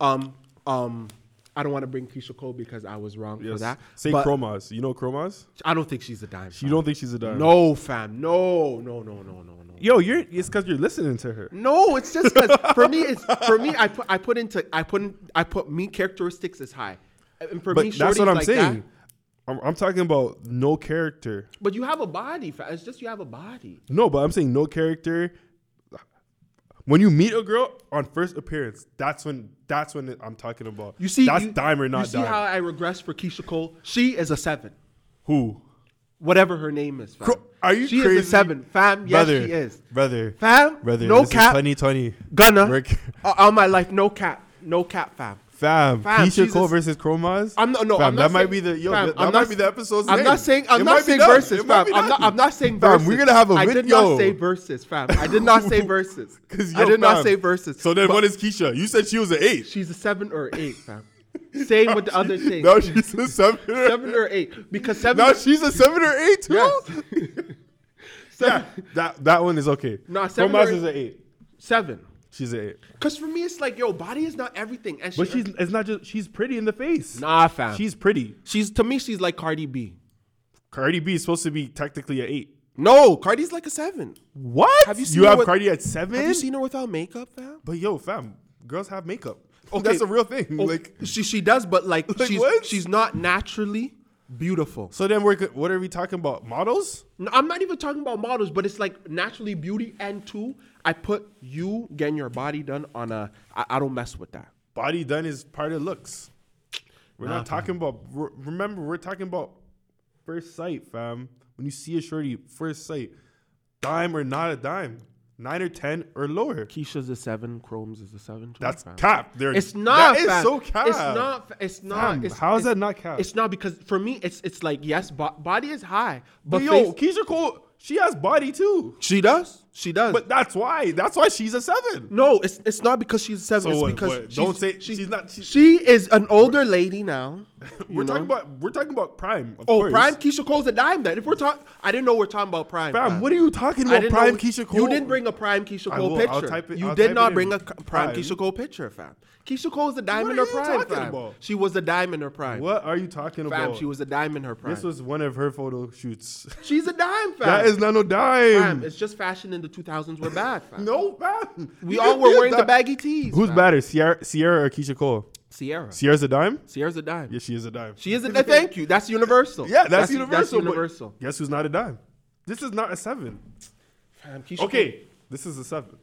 [SPEAKER 5] um um I don't want to bring Keisha Cole because I was wrong for
[SPEAKER 4] Yes.
[SPEAKER 5] that.
[SPEAKER 4] Say
[SPEAKER 5] but
[SPEAKER 4] chromas. You know chromas?
[SPEAKER 5] I don't think she's a dime.
[SPEAKER 4] You
[SPEAKER 5] She
[SPEAKER 4] don't think she's a dime?
[SPEAKER 5] No, fam. No, no, no, no, no, no.
[SPEAKER 4] Yo, you're. It's because you're listening to her.
[SPEAKER 5] No, it's just because for me, it's for me. I put I put into I put in, I put me characteristics as high, and for me,
[SPEAKER 4] But that's
[SPEAKER 5] shorties
[SPEAKER 4] what I'm
[SPEAKER 5] like that-
[SPEAKER 4] saying. I'm, I'm talking about no character.
[SPEAKER 5] but you have a body, fam. It's just you have a body.
[SPEAKER 4] No, but I'm saying no character. When you meet a girl on first appearance, that's when that's when I'm talking about.
[SPEAKER 5] You see,
[SPEAKER 4] that's
[SPEAKER 5] you,
[SPEAKER 4] dime or
[SPEAKER 5] you
[SPEAKER 4] not
[SPEAKER 5] see
[SPEAKER 4] dime.
[SPEAKER 5] how I regress for Keisha Cole? She is a seven.
[SPEAKER 4] Who?
[SPEAKER 5] whatever her name is. Fam.
[SPEAKER 4] Cro- are you
[SPEAKER 5] she
[SPEAKER 4] crazy?
[SPEAKER 5] is a seven, fam. Yes,
[SPEAKER 4] brother,
[SPEAKER 5] she is,
[SPEAKER 4] brother,
[SPEAKER 5] fam.
[SPEAKER 4] brother.
[SPEAKER 5] no
[SPEAKER 4] this is
[SPEAKER 5] cap,
[SPEAKER 4] 2020,
[SPEAKER 5] Gunna.
[SPEAKER 4] Rick.
[SPEAKER 5] Uh, all my life, no cap, no cap, fam.
[SPEAKER 4] fam.
[SPEAKER 5] Fam,
[SPEAKER 4] Keisha Cole
[SPEAKER 5] Jesus.
[SPEAKER 4] versus Chromaz.
[SPEAKER 5] I'm not. No,
[SPEAKER 4] fam,
[SPEAKER 5] I'm not
[SPEAKER 4] that might
[SPEAKER 5] saying-
[SPEAKER 4] be the yo.
[SPEAKER 5] fam,
[SPEAKER 4] that
[SPEAKER 5] I'm
[SPEAKER 4] that
[SPEAKER 5] not
[SPEAKER 4] might be the episode's
[SPEAKER 5] I'm
[SPEAKER 4] name.
[SPEAKER 5] not saying. I'm
[SPEAKER 4] It might
[SPEAKER 5] not
[SPEAKER 4] be
[SPEAKER 5] saying
[SPEAKER 4] that.
[SPEAKER 5] verses,
[SPEAKER 4] It might
[SPEAKER 5] fam.
[SPEAKER 4] be that.
[SPEAKER 5] I'm not. I'm not saying
[SPEAKER 4] Fam,
[SPEAKER 5] verses.
[SPEAKER 4] we're gonna have a
[SPEAKER 5] I
[SPEAKER 4] vid-
[SPEAKER 5] did
[SPEAKER 4] yo.
[SPEAKER 5] not say verses, fam. I did not say verses.
[SPEAKER 4] 'Cause,
[SPEAKER 5] I
[SPEAKER 4] yo,
[SPEAKER 5] did
[SPEAKER 4] fam,
[SPEAKER 5] not say verses.
[SPEAKER 4] So then,
[SPEAKER 5] But
[SPEAKER 4] what is Keisha? You said she was an eight.
[SPEAKER 5] She's a seven or eight, fam. Same with the other thing.
[SPEAKER 4] Now she's a seven. Or,
[SPEAKER 5] seven or eight because seven.
[SPEAKER 4] now she's a seven or eight too.
[SPEAKER 5] yes.
[SPEAKER 4] Yeah,
[SPEAKER 5] seven,
[SPEAKER 4] that that one is okay.
[SPEAKER 5] Nah, seven
[SPEAKER 4] Chromaz
[SPEAKER 5] or-
[SPEAKER 4] is an eight.
[SPEAKER 5] seven.
[SPEAKER 4] She's an eight.
[SPEAKER 5] Cause for me, it's like yo, body is not everything. And
[SPEAKER 4] But
[SPEAKER 5] she-
[SPEAKER 4] she's it's not just she's pretty in the face.
[SPEAKER 5] nah, fam.
[SPEAKER 4] She's pretty.
[SPEAKER 5] she's to me, she's like Cardi B.
[SPEAKER 4] Cardi B is supposed to be technically an eight.
[SPEAKER 5] No, Cardi's like a seven.
[SPEAKER 4] What?
[SPEAKER 5] Have
[SPEAKER 4] you
[SPEAKER 5] you seen
[SPEAKER 4] have
[SPEAKER 5] what-
[SPEAKER 4] Cardi at seven?
[SPEAKER 5] Have you seen her without makeup, fam?
[SPEAKER 4] But yo, fam, girls have makeup. Oh,
[SPEAKER 5] Okay.
[SPEAKER 4] that's a real thing.
[SPEAKER 5] Oh,
[SPEAKER 4] Like,
[SPEAKER 5] she she does, but like,
[SPEAKER 4] Like
[SPEAKER 5] she's
[SPEAKER 4] what?
[SPEAKER 5] she's not naturally beautiful.
[SPEAKER 4] so then we're co- what are we talking about? Models?
[SPEAKER 5] No, I'm not even talking about models, but it's like naturally beauty. And two, I put you getting your body done on a. I, I don't mess with that.
[SPEAKER 4] Body done is part of looks. We're not talking about. re- remember, we're talking about first sight, fam. When you see a shorty, first sight, dime or not a dime, nine or ten or lower.
[SPEAKER 5] Keisha's a seven. Chrome's is a seven. too,
[SPEAKER 4] That's
[SPEAKER 5] fam.
[SPEAKER 4] cap. They're,
[SPEAKER 5] It's not.
[SPEAKER 4] That is
[SPEAKER 5] fam.
[SPEAKER 4] so cap.
[SPEAKER 5] It's not. fa- It's not.
[SPEAKER 4] Fam,
[SPEAKER 5] it's,
[SPEAKER 4] how is
[SPEAKER 5] it's-
[SPEAKER 4] that not cap?
[SPEAKER 5] It's not because for me, it's it's like yes, bo- body is high, but,
[SPEAKER 4] But yo,
[SPEAKER 5] face-
[SPEAKER 4] Keisha Cole, she has body too.
[SPEAKER 5] she does. She does.
[SPEAKER 4] But that's why. That's why she's a seven.
[SPEAKER 5] No, it's it's not because she's seven.
[SPEAKER 4] So
[SPEAKER 5] it's
[SPEAKER 4] what-
[SPEAKER 5] because
[SPEAKER 4] what?
[SPEAKER 5] she's-
[SPEAKER 4] Don't say-
[SPEAKER 5] she-
[SPEAKER 4] she's not- she-
[SPEAKER 5] is an older lady now.
[SPEAKER 4] We're
[SPEAKER 5] you know?
[SPEAKER 4] talking about we're talking about prime. Of
[SPEAKER 5] oh
[SPEAKER 4] course.
[SPEAKER 5] prime Keisha Cole's a dime. Then if we're talking, I didn't know we're talking about prime.
[SPEAKER 4] Fam, what are you talking
[SPEAKER 5] I
[SPEAKER 4] about?
[SPEAKER 5] didn't
[SPEAKER 4] Prime
[SPEAKER 5] know-
[SPEAKER 4] Keisha Cole.
[SPEAKER 5] You didn't bring a prime Keisha
[SPEAKER 4] I
[SPEAKER 5] Cole
[SPEAKER 4] will. I'll
[SPEAKER 5] picture.
[SPEAKER 4] type it-
[SPEAKER 5] you
[SPEAKER 4] I'll
[SPEAKER 5] did
[SPEAKER 4] type it
[SPEAKER 5] not
[SPEAKER 4] in.
[SPEAKER 5] bring a c- prime,
[SPEAKER 4] Prime.
[SPEAKER 5] Keisha Cole picture, fam. Keisha Cole's a dime
[SPEAKER 4] What
[SPEAKER 5] in
[SPEAKER 4] are
[SPEAKER 5] her
[SPEAKER 4] you
[SPEAKER 5] prime,
[SPEAKER 4] talking
[SPEAKER 5] fam.
[SPEAKER 4] about?
[SPEAKER 5] She was a dime in her prime.
[SPEAKER 4] What are you talking
[SPEAKER 5] Fam,
[SPEAKER 4] about?
[SPEAKER 5] she was a dime in her prime.
[SPEAKER 4] this was one of her photo shoots.
[SPEAKER 5] She's a dime, fam.
[SPEAKER 4] that is not no dime.
[SPEAKER 5] fam. It's just fashion in the 2000s were bad, fam.
[SPEAKER 4] no fam.
[SPEAKER 5] We
[SPEAKER 4] You
[SPEAKER 5] all
[SPEAKER 4] can
[SPEAKER 5] were
[SPEAKER 4] be a
[SPEAKER 5] wearing the
[SPEAKER 4] dime.
[SPEAKER 5] baggy tees.
[SPEAKER 4] Who's
[SPEAKER 5] fam.
[SPEAKER 4] better, Sierra, Sierra or Keisha Cole?
[SPEAKER 5] Sierra.
[SPEAKER 4] Sierra's a dime.
[SPEAKER 5] Sierra's a dime.
[SPEAKER 4] Yeah, she is a dime.
[SPEAKER 5] She isn't. uh, Thank you. That's universal.
[SPEAKER 4] yeah, that's, universal.
[SPEAKER 5] That's
[SPEAKER 4] but
[SPEAKER 5] universal.
[SPEAKER 4] Guess who's not a dime? This is not a seven.
[SPEAKER 5] Fam, Keisha
[SPEAKER 4] Okay, this is a seven.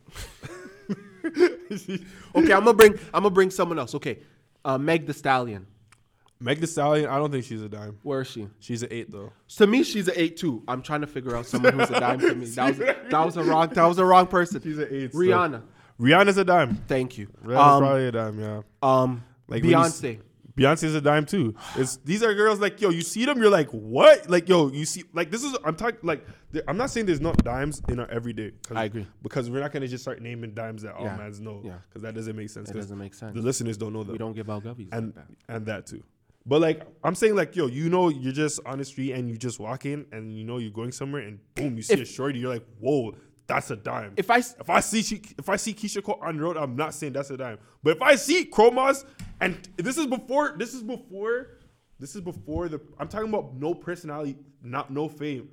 [SPEAKER 5] Cole- Okay, I'm gonna bring. I'm gonna bring someone else. Okay, uh, Meg the Stallion.
[SPEAKER 4] Meg Thee Stallion, I don't think she's a dime.
[SPEAKER 5] Where is she?
[SPEAKER 4] She's an eight though.
[SPEAKER 5] To me, she's an eight two. I'm trying to figure out someone who's a dime to me. That was that was a wrong. That was a wrong person.
[SPEAKER 4] She's an eight. still.
[SPEAKER 5] Rihanna.
[SPEAKER 4] Rihanna's a dime.
[SPEAKER 5] Thank you.
[SPEAKER 4] Rihanna's
[SPEAKER 5] Um,
[SPEAKER 4] probably a dime. Yeah.
[SPEAKER 5] um,
[SPEAKER 4] Like when you s-
[SPEAKER 5] Beyonce.
[SPEAKER 4] Beyonce's a dime too. It's these are girls like yo. You see them, you're like what? Like yo, you see like this is I'm talking like th- I'm not saying there's not dimes in our everyday. 'cause-
[SPEAKER 5] I agree.
[SPEAKER 4] because we're not gonna just start naming dimes that all
[SPEAKER 5] Yeah.
[SPEAKER 4] mans know.
[SPEAKER 5] Yeah.
[SPEAKER 4] because that doesn't make sense.
[SPEAKER 5] That
[SPEAKER 4] 'cause
[SPEAKER 5] doesn't make sense.
[SPEAKER 4] The listeners don't know that.
[SPEAKER 5] We don't give out guppies
[SPEAKER 4] and
[SPEAKER 5] like that.
[SPEAKER 4] and that too. But like I'm saying, like yo, you know, you're just on the street and you just walk in and you know you're going somewhere and boom, you see
[SPEAKER 5] If-
[SPEAKER 4] a shorty, you're like, whoa, that's a dime.
[SPEAKER 5] If I s-
[SPEAKER 4] if I see she, if I see Keisha Cole on the road, I'm not saying that's a dime. But if I see Chromos, and this is before, this is before, this is before the. I'm talking about no personality, not no fame,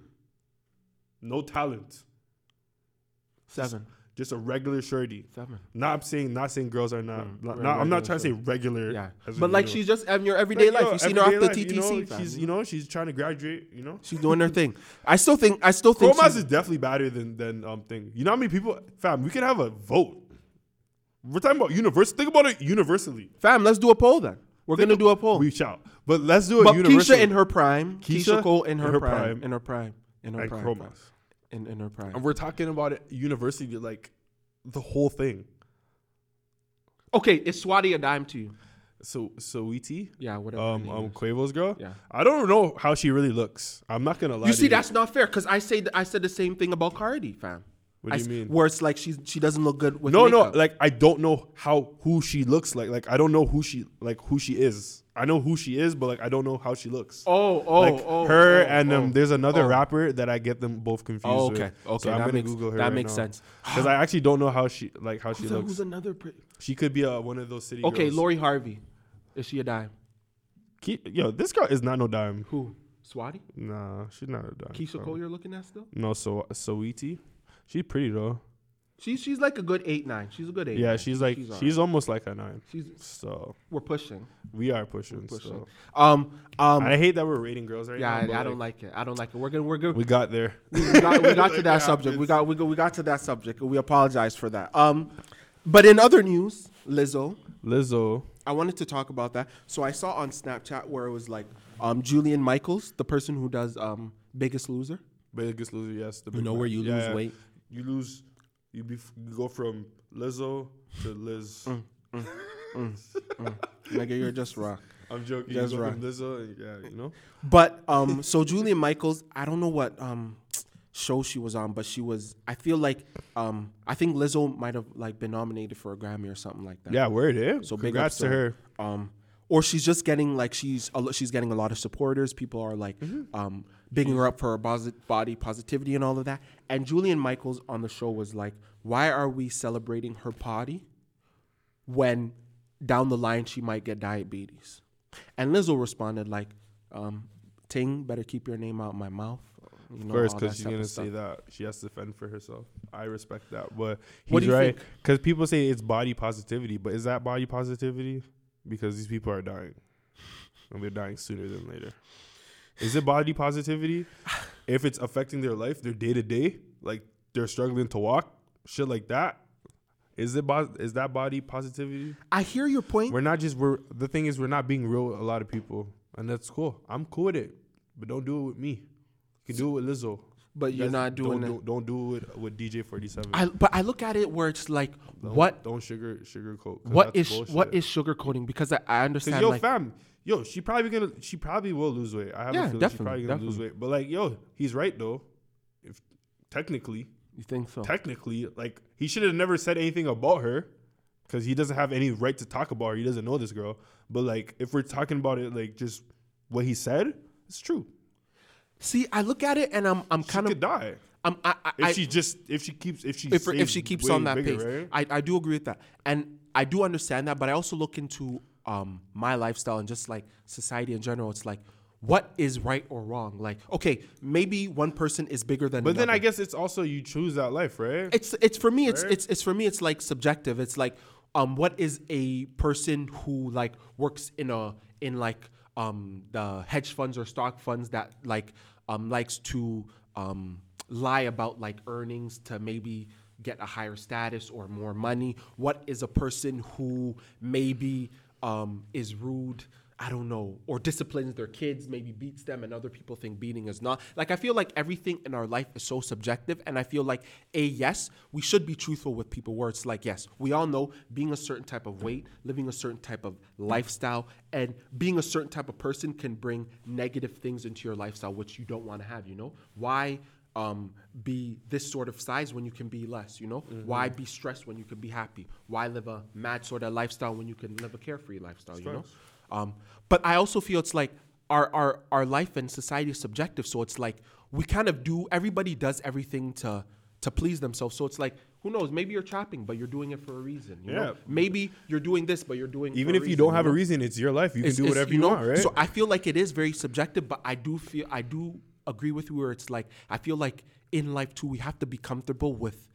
[SPEAKER 4] no talent,
[SPEAKER 5] seven,
[SPEAKER 4] just a regular shorty.
[SPEAKER 5] seven.
[SPEAKER 4] Not I'm saying, not saying girls are not. not- not- I'm
[SPEAKER 5] right, Mm, regular
[SPEAKER 4] not trying to say
[SPEAKER 5] shorty.
[SPEAKER 4] regular.
[SPEAKER 5] Yeah,
[SPEAKER 4] as
[SPEAKER 5] but
[SPEAKER 4] in,
[SPEAKER 5] like
[SPEAKER 4] you know.
[SPEAKER 5] she's just in your everyday
[SPEAKER 4] Like,
[SPEAKER 5] life.
[SPEAKER 4] yo,
[SPEAKER 5] You seen her off
[SPEAKER 4] everyday
[SPEAKER 5] the
[SPEAKER 4] life,
[SPEAKER 5] TTC.
[SPEAKER 4] You know,
[SPEAKER 5] fam.
[SPEAKER 4] she's you know she's trying to graduate. You know,
[SPEAKER 5] she's doing her thing. I still think. I still think.
[SPEAKER 4] Chromaz
[SPEAKER 5] she's-
[SPEAKER 4] is definitely better than than um thing. You know how many people, fam? We can have a vote. We're talking about universal. Think about it universally.
[SPEAKER 5] Fam, let's do a poll then. We're
[SPEAKER 4] Think
[SPEAKER 5] gonna
[SPEAKER 4] ab-
[SPEAKER 5] do a poll.
[SPEAKER 4] We shall, but let's do it
[SPEAKER 5] but
[SPEAKER 4] universal.
[SPEAKER 5] Keisha in her prime, Keisha,
[SPEAKER 4] Keisha
[SPEAKER 5] Cole in her,
[SPEAKER 4] in her
[SPEAKER 5] prime,
[SPEAKER 4] prime,
[SPEAKER 5] in her prime, in her
[SPEAKER 4] and
[SPEAKER 5] prime,
[SPEAKER 4] Chromaz.
[SPEAKER 5] in in her prime.
[SPEAKER 4] and we're talking about it universally, like the whole thing.
[SPEAKER 5] Okay, is Swati a dime to you?
[SPEAKER 4] So so Weetie,
[SPEAKER 5] Yeah, whatever. her
[SPEAKER 4] um
[SPEAKER 5] name
[SPEAKER 4] um
[SPEAKER 5] is.
[SPEAKER 4] Quavo's girl.
[SPEAKER 5] Yeah.
[SPEAKER 4] I don't know how she really looks. I'm not gonna lie.
[SPEAKER 5] you
[SPEAKER 4] to
[SPEAKER 5] see, that's not fair because I say th- I said the same thing about Cardi, fam.
[SPEAKER 4] What do
[SPEAKER 5] I
[SPEAKER 4] you
[SPEAKER 5] s-
[SPEAKER 4] mean?
[SPEAKER 5] Where it's like she's she doesn't look good with
[SPEAKER 4] no
[SPEAKER 5] makeup.
[SPEAKER 4] no like i don't know how who she looks like like i don't know who she like who she is i know who she is but like i don't know how she looks
[SPEAKER 5] oh oh
[SPEAKER 4] like
[SPEAKER 5] oh
[SPEAKER 4] her
[SPEAKER 5] oh,
[SPEAKER 4] and um,
[SPEAKER 5] oh.
[SPEAKER 4] there's another
[SPEAKER 5] oh.
[SPEAKER 4] rapper that i get them both confused
[SPEAKER 5] Oh,
[SPEAKER 4] with.
[SPEAKER 5] okay. Okay,
[SPEAKER 4] so i'm
[SPEAKER 5] that
[SPEAKER 4] gonna
[SPEAKER 5] makes-
[SPEAKER 4] google her
[SPEAKER 5] that
[SPEAKER 4] right
[SPEAKER 5] makes
[SPEAKER 4] now.
[SPEAKER 5] sense.
[SPEAKER 4] because i actually don't know how she like how she
[SPEAKER 5] Who's, a-
[SPEAKER 4] looks
[SPEAKER 5] who's another? Pre-
[SPEAKER 4] she could be uh, one of those city
[SPEAKER 5] okay,
[SPEAKER 4] girls.
[SPEAKER 5] Lori Harvey, is she a dime?
[SPEAKER 4] Ke- yo this girl is not no dime
[SPEAKER 5] Who? Swati?
[SPEAKER 4] nah she's not a dime
[SPEAKER 5] Keisha
[SPEAKER 4] fam.
[SPEAKER 5] Cole? You're looking at still?
[SPEAKER 4] no so sweetie she's pretty though
[SPEAKER 5] She's she's like a good eight nine. She's a good eight.
[SPEAKER 4] yeah
[SPEAKER 5] nine.
[SPEAKER 4] she's like
[SPEAKER 5] she's
[SPEAKER 4] she's,
[SPEAKER 5] alright.
[SPEAKER 4] almost like a nine
[SPEAKER 5] she's
[SPEAKER 4] so
[SPEAKER 5] we're pushing.
[SPEAKER 4] we are pushing,
[SPEAKER 5] pushing.
[SPEAKER 4] so
[SPEAKER 5] Um um.
[SPEAKER 4] and i hate that we're rating girls right
[SPEAKER 5] Yeah,
[SPEAKER 4] now but,
[SPEAKER 5] I, I don't like it. I don't like it. We're gonna we're good.
[SPEAKER 4] we ah,
[SPEAKER 5] We,
[SPEAKER 4] got there
[SPEAKER 5] got, we got to that subject. We got we got, we got to that subject. We apologize for that. Um, but in other news, Lizzo,
[SPEAKER 4] Lizzo.
[SPEAKER 5] I wanted to talk about that. So I saw on Snapchat where it was like um Julian Michaels, the person who does um Biggest Loser.
[SPEAKER 4] Biggest Loser, yes. The
[SPEAKER 5] You
[SPEAKER 4] big
[SPEAKER 5] know
[SPEAKER 4] man.
[SPEAKER 5] where you
[SPEAKER 4] Yeah,
[SPEAKER 5] lose
[SPEAKER 4] yeah.
[SPEAKER 5] weight.
[SPEAKER 4] You lose. You, bef- you go from Lizzo to Liz.
[SPEAKER 5] Nigga, you're just rock.
[SPEAKER 4] I'm joking.
[SPEAKER 5] That's
[SPEAKER 4] you go
[SPEAKER 5] right.
[SPEAKER 4] from Lizzo, and yeah, you know.
[SPEAKER 5] But um, so Julia Michaels, I don't know what um show she was on, but she was. I feel like um, I think Lizzo might have like been nominated for a Grammy or something like that.
[SPEAKER 4] Yeah, word, eh?
[SPEAKER 5] So big
[SPEAKER 4] Congrats
[SPEAKER 5] ups
[SPEAKER 4] to her.
[SPEAKER 5] Um, or she's just getting like she's a, lo- she's getting a lot of supporters. People are like
[SPEAKER 4] Mm-hmm.
[SPEAKER 5] um, bigging her up for her posi- body positivity and all of that. And Julian Michaels on the show was like, "Why are we celebrating her body when down the line she might get diabetes?" And Lizzo responded like, um, "Ting, better keep your name out my mouth." You know,
[SPEAKER 4] First,
[SPEAKER 5] all that
[SPEAKER 4] because she's
[SPEAKER 5] type of
[SPEAKER 4] gonna
[SPEAKER 5] stuff.
[SPEAKER 4] say that she has to fend for herself. I respect that, but he's
[SPEAKER 5] What do you
[SPEAKER 4] right. Because people say it's body positivity, but is that body positivity? Because these people are dying, and they're dying sooner than later. Is it body positivity if it's affecting their life, their day to day, like they're struggling to walk, shit like that? Is it bo- is that body positivity?
[SPEAKER 5] I hear your point.
[SPEAKER 4] We're not just we're the thing is we're not being real with a lot of people, and that's cool. I'm cool with it, but don't do it with me. You can do it with Lizzo.
[SPEAKER 5] But you're not doing
[SPEAKER 4] don't,
[SPEAKER 5] it.
[SPEAKER 4] do- Don't, do it with DJ 47.
[SPEAKER 5] I, but I look at it where it's like,
[SPEAKER 4] don't,
[SPEAKER 5] what
[SPEAKER 4] Don't sugar sugarcoat. 'cause
[SPEAKER 5] what
[SPEAKER 4] that's
[SPEAKER 5] is what
[SPEAKER 4] bullshit.
[SPEAKER 5] is sugarcoating? Because I, I
[SPEAKER 4] Cause
[SPEAKER 5] understand
[SPEAKER 4] yo,
[SPEAKER 5] like
[SPEAKER 4] fam, yo, she probably gonna, she probably will lose weight. I have
[SPEAKER 5] Yeah,
[SPEAKER 4] a feeling she
[SPEAKER 5] definitely,
[SPEAKER 4] probably gonna lose weight. But like, yo, he's right though. If technically,
[SPEAKER 5] you think so.
[SPEAKER 4] technically, like he should have never said anything about her because he doesn't have any right to talk about her. He doesn't know this girl. But like, if we're talking about it, like just what he said, it's true.
[SPEAKER 5] See, I look at it and I'm I'm
[SPEAKER 4] She
[SPEAKER 5] kind
[SPEAKER 4] could
[SPEAKER 5] of
[SPEAKER 4] die
[SPEAKER 5] I'm I, I,
[SPEAKER 4] if
[SPEAKER 5] I-
[SPEAKER 4] she just if she keeps if she
[SPEAKER 5] if, if
[SPEAKER 4] stays
[SPEAKER 5] she keeps
[SPEAKER 4] way
[SPEAKER 5] on that
[SPEAKER 4] bigger,
[SPEAKER 5] pace.
[SPEAKER 4] right?
[SPEAKER 5] I, I do agree with that. And I do understand that, but I also look into um my lifestyle and just like society in general. It's like what is right or wrong? Like, okay, maybe one person is bigger than
[SPEAKER 4] But then I
[SPEAKER 5] another.
[SPEAKER 4] guess it's also you choose that life, right?
[SPEAKER 5] it's it's for me it's
[SPEAKER 4] Right?
[SPEAKER 5] it's it's for me it's like subjective it's like um what is a person who like works in a in like um the hedge funds or stock funds that like um likes to um lie about like earnings to maybe get a higher status or more money what is a person who maybe um is rude I don't know, or disciplines their kids, maybe beats them, and other people think beating is not. Like, I feel like everything in our life is so subjective. And I feel like, A, yes, we should be truthful with people where it's like, yes, we all know being a certain type of weight, living a certain type of lifestyle, and being a certain type of person can bring negative things into your lifestyle, which you don't want to have, you know? Why? um, be this sort of size when you can be less, you know? Why be stressed when you can be happy? Why live a mad sort of lifestyle when you can live a carefree lifestyle, you know? Um, but I also feel it's like our, our, our life and society is subjective. So it's like we kind of do, everybody does everything to, to please themselves. So it's like, who knows? Maybe you're chopping, but you're doing it for a reason. You know?
[SPEAKER 4] Yeah.
[SPEAKER 5] Maybe you're doing this, but you're doing it
[SPEAKER 4] Even
[SPEAKER 5] for
[SPEAKER 4] if you don't
[SPEAKER 5] reason,
[SPEAKER 4] have a
[SPEAKER 5] know?
[SPEAKER 4] reason, it's your life. You can
[SPEAKER 5] It's-
[SPEAKER 4] do
[SPEAKER 5] it's-
[SPEAKER 4] whatever
[SPEAKER 5] you
[SPEAKER 4] you
[SPEAKER 5] know,
[SPEAKER 4] want, right?
[SPEAKER 5] So I feel like it is very subjective, but I do feel I do agree with you where it's like I feel like in life too we have to be comfortable with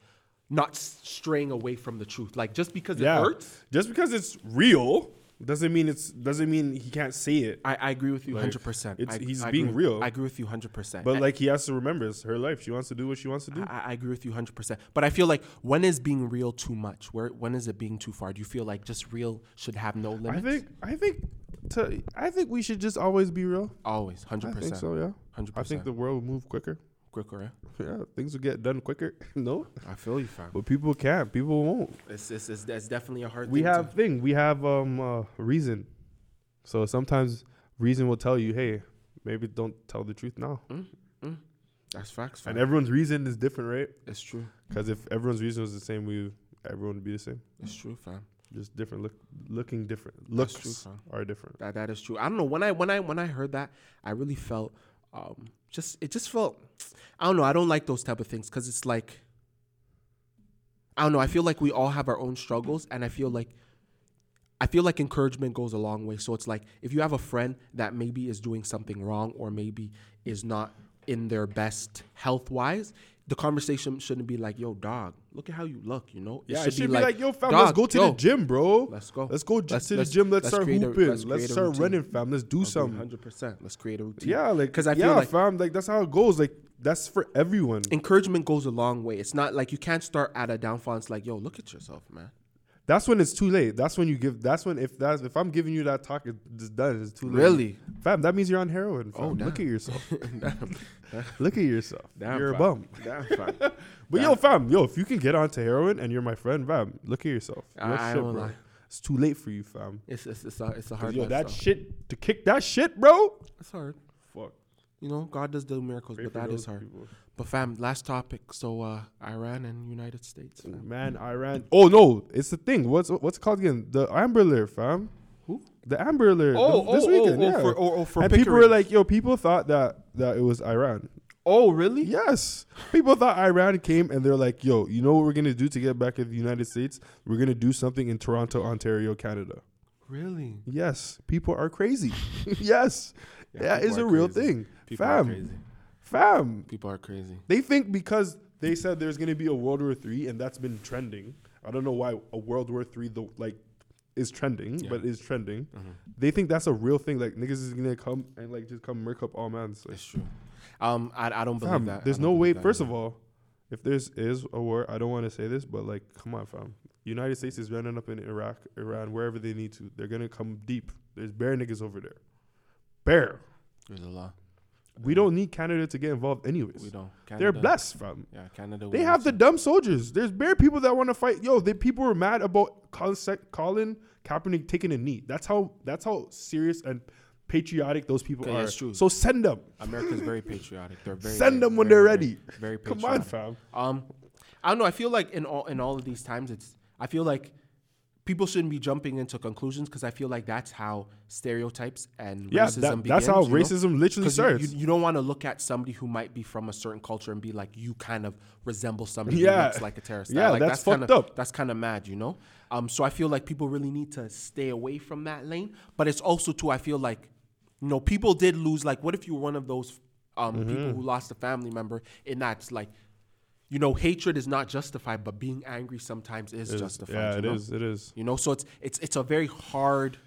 [SPEAKER 5] not s- straying away from the truth. Like just because it hurts,
[SPEAKER 4] Just because it's real doesn't mean it's doesn't mean he can't say it.
[SPEAKER 5] I, I agree with you
[SPEAKER 4] Like,
[SPEAKER 5] hundred percent.
[SPEAKER 4] it's-
[SPEAKER 5] I-
[SPEAKER 4] he's
[SPEAKER 5] I
[SPEAKER 4] being
[SPEAKER 5] agree with-
[SPEAKER 4] real.
[SPEAKER 5] I Ah, agree with you hundred percent.
[SPEAKER 4] But like he has to remember it's her life. She wants to do what she wants to do.
[SPEAKER 5] I, I agree with you 100%. But I feel like when is being real too much? Where when is it being too far? Do you feel like just real should have no
[SPEAKER 4] I,
[SPEAKER 5] limits?
[SPEAKER 4] think I think to, I think we should just always be real.
[SPEAKER 5] always
[SPEAKER 4] I
[SPEAKER 5] 100%.
[SPEAKER 4] think so, yeah.
[SPEAKER 5] 100%.
[SPEAKER 4] I think the world will move quicker.
[SPEAKER 5] quicker. eh?
[SPEAKER 4] Yeah, things will get done quicker. no,
[SPEAKER 5] I feel you, fam.
[SPEAKER 4] but people can't. People won't.
[SPEAKER 5] It's, it's, it's, that's definitely a hard
[SPEAKER 4] We
[SPEAKER 5] thing. to-
[SPEAKER 4] have thing. We have um uh, reason. So sometimes reason will tell you, hey, maybe don't tell the truth now.
[SPEAKER 5] That's facts, fam.
[SPEAKER 4] And everyone's reason is different, right?
[SPEAKER 5] It's true.
[SPEAKER 4] Because if everyone's reason was the same, we everyone would be the same.
[SPEAKER 5] It's true, fam.
[SPEAKER 4] Just different look, looking different. Looks
[SPEAKER 5] That's true, son.
[SPEAKER 4] are different.
[SPEAKER 5] That that is true. I don't know when I when I when I heard that, I really felt um just it just felt I don't know, I don't like those type of things cuz it's like I don't know, I feel like we all have our own struggles and I feel like I feel like encouragement goes a long way. So it's like if you have a friend that maybe is doing something wrong or maybe is not in their best health wise, the conversation shouldn't be like, "Yo, dog, look at how you look," you know.
[SPEAKER 4] Yeah, it should be like, yo, fam,
[SPEAKER 5] "Dog,
[SPEAKER 4] let's go to
[SPEAKER 5] yo,
[SPEAKER 4] the gym, bro.
[SPEAKER 5] let's go.
[SPEAKER 4] Let's go j-
[SPEAKER 5] Let's-
[SPEAKER 4] to the
[SPEAKER 5] let's-
[SPEAKER 4] gym. Let's,
[SPEAKER 5] let's
[SPEAKER 4] start
[SPEAKER 5] create a-
[SPEAKER 4] hooping.
[SPEAKER 5] let's
[SPEAKER 4] Let's,
[SPEAKER 5] create a
[SPEAKER 4] start
[SPEAKER 5] routine.
[SPEAKER 4] running, fam. Let's do something.
[SPEAKER 5] Hundred percent. Let's create a routine.
[SPEAKER 4] Yeah, like
[SPEAKER 5] because I
[SPEAKER 4] yeah,
[SPEAKER 5] feel like
[SPEAKER 4] fam, like that's how it goes. Like that's for everyone.
[SPEAKER 5] encouragement goes a long way. It's not like you can't start at a downfall. It's like, yo, look at yourself, man.
[SPEAKER 4] That's when it's too late. That's when you give. That's when if that's if I'm giving you that talk, it's done. It's too late.
[SPEAKER 5] Really?
[SPEAKER 4] fam. That means you're on heroin. Fam.
[SPEAKER 5] Oh,
[SPEAKER 4] look at
[SPEAKER 5] damn.
[SPEAKER 4] yourself.
[SPEAKER 5] damn,
[SPEAKER 4] Look at yourself.
[SPEAKER 5] damn,
[SPEAKER 4] you're a
[SPEAKER 5] fam.
[SPEAKER 4] bum.
[SPEAKER 5] Damn, fam.
[SPEAKER 4] But yo,
[SPEAKER 5] Damn.
[SPEAKER 4] fam, yo, if you can get onto heroin and you're my friend, fam, look at yourself.
[SPEAKER 5] I-
[SPEAKER 4] Real
[SPEAKER 5] I
[SPEAKER 4] shit,
[SPEAKER 5] won't
[SPEAKER 4] bro.
[SPEAKER 5] lie.
[SPEAKER 4] It's too late for you, fam.
[SPEAKER 5] It's it's it's a, it's a
[SPEAKER 4] 'Cause,
[SPEAKER 5] hard.
[SPEAKER 4] Yo, that
[SPEAKER 5] lifestyle.
[SPEAKER 4] shit to kick that shit, bro.
[SPEAKER 5] It's hard.
[SPEAKER 4] Fuck.
[SPEAKER 5] You know, God does do miracles,
[SPEAKER 4] Pray
[SPEAKER 5] but
[SPEAKER 4] for
[SPEAKER 5] that
[SPEAKER 4] those
[SPEAKER 5] is hard.
[SPEAKER 4] people.
[SPEAKER 5] But fam, last topic. So uh, Iran and United States. Fam.
[SPEAKER 4] Man, Iran. Oh no, it's the thing. What's what's it called again? The Amber Alert, fam.
[SPEAKER 5] Who?
[SPEAKER 4] The Amber Alert. th- this weekend, yeah.
[SPEAKER 5] oh, for
[SPEAKER 4] and people were like, "Yo, people thought that that it was Iran."
[SPEAKER 5] oh, really?
[SPEAKER 4] Yes, people thought Iran came, and they're like, "Yo, you know what we're gonna do to get back at the United States? We're gonna do something in Toronto, Ontario, Canada."
[SPEAKER 5] Really?
[SPEAKER 4] Yes, people are crazy. yes, that
[SPEAKER 5] people
[SPEAKER 4] is a
[SPEAKER 5] are
[SPEAKER 4] real
[SPEAKER 5] crazy.
[SPEAKER 4] thing,
[SPEAKER 5] People are
[SPEAKER 4] fam.
[SPEAKER 5] crazy.
[SPEAKER 4] Fam,
[SPEAKER 5] People are crazy.
[SPEAKER 4] they think because they said there's gonna be a World War Three, and that's been trending. I don't know why a World War Three though like is trending,
[SPEAKER 5] Yeah. Uh-huh.
[SPEAKER 4] but is trending. They think that's a real thing. Like niggas is gonna come and like just come murk up all man's. Like,
[SPEAKER 5] It's true. Um, I, I don't believe
[SPEAKER 4] fam,
[SPEAKER 5] that. I
[SPEAKER 4] there's
[SPEAKER 5] don't
[SPEAKER 4] no
[SPEAKER 5] believe
[SPEAKER 4] way.
[SPEAKER 5] that
[SPEAKER 4] First
[SPEAKER 5] either.
[SPEAKER 4] of all, if there's is a war, I don't want to say this, but like, come on, fam. United States is running up in Iraq, Iran, wherever they need to. They're gonna come deep. There's bare niggas over there. Bare.
[SPEAKER 5] there's a lot.
[SPEAKER 4] We don't need Canada to get involved, anyways.
[SPEAKER 5] We don't.
[SPEAKER 4] They're
[SPEAKER 5] Canada-
[SPEAKER 4] blessed, fam.
[SPEAKER 5] Yeah, Canada.
[SPEAKER 4] They
[SPEAKER 5] wins.
[SPEAKER 4] have the dumb soldiers. There's bare people that want to fight. Yo, the people were mad about Colin Sa- Colin Kaepernick taking a knee. That's how. That's how serious and patriotic those people
[SPEAKER 5] Okay,
[SPEAKER 4] are.
[SPEAKER 5] that's true.
[SPEAKER 4] So send them.
[SPEAKER 5] America's very patriotic. They're very
[SPEAKER 4] Send them when
[SPEAKER 5] very,
[SPEAKER 4] they're
[SPEAKER 5] very-
[SPEAKER 4] ready.
[SPEAKER 5] Very,
[SPEAKER 4] Come on,
[SPEAKER 5] patriotic.
[SPEAKER 4] fam.
[SPEAKER 5] Um, I don't know. I feel like in all in all of these times, it's I feel like people shouldn't be jumping into conclusions because I feel like that's how stereotypes and
[SPEAKER 4] Yeah,
[SPEAKER 5] racism
[SPEAKER 4] that-
[SPEAKER 5] begins,
[SPEAKER 4] that's how
[SPEAKER 5] you know?
[SPEAKER 4] racism literally
[SPEAKER 5] 'Cause you-
[SPEAKER 4] starts.
[SPEAKER 5] You, you don't want to look at somebody who might be from a certain culture and be like, you kind of resemble somebody who
[SPEAKER 4] Yeah.
[SPEAKER 5] looks like a terrorist.
[SPEAKER 4] Yeah,
[SPEAKER 5] like,
[SPEAKER 4] that's
[SPEAKER 5] kinda,
[SPEAKER 4] fucked up.
[SPEAKER 5] That's kind of mad, you know. Um, so I feel like people really need to stay away from that lane. But it's also too, I feel like, you know, people did lose. Like, what if you were one of those um, people
[SPEAKER 4] Mm-hmm.
[SPEAKER 5] who lost a family member? And that's like, you know, hatred is not justified, but being angry sometimes is, justified.
[SPEAKER 4] Yeah,
[SPEAKER 5] you
[SPEAKER 4] it
[SPEAKER 5] know?
[SPEAKER 4] is. It is.
[SPEAKER 5] You know, so it's it's it's a very hard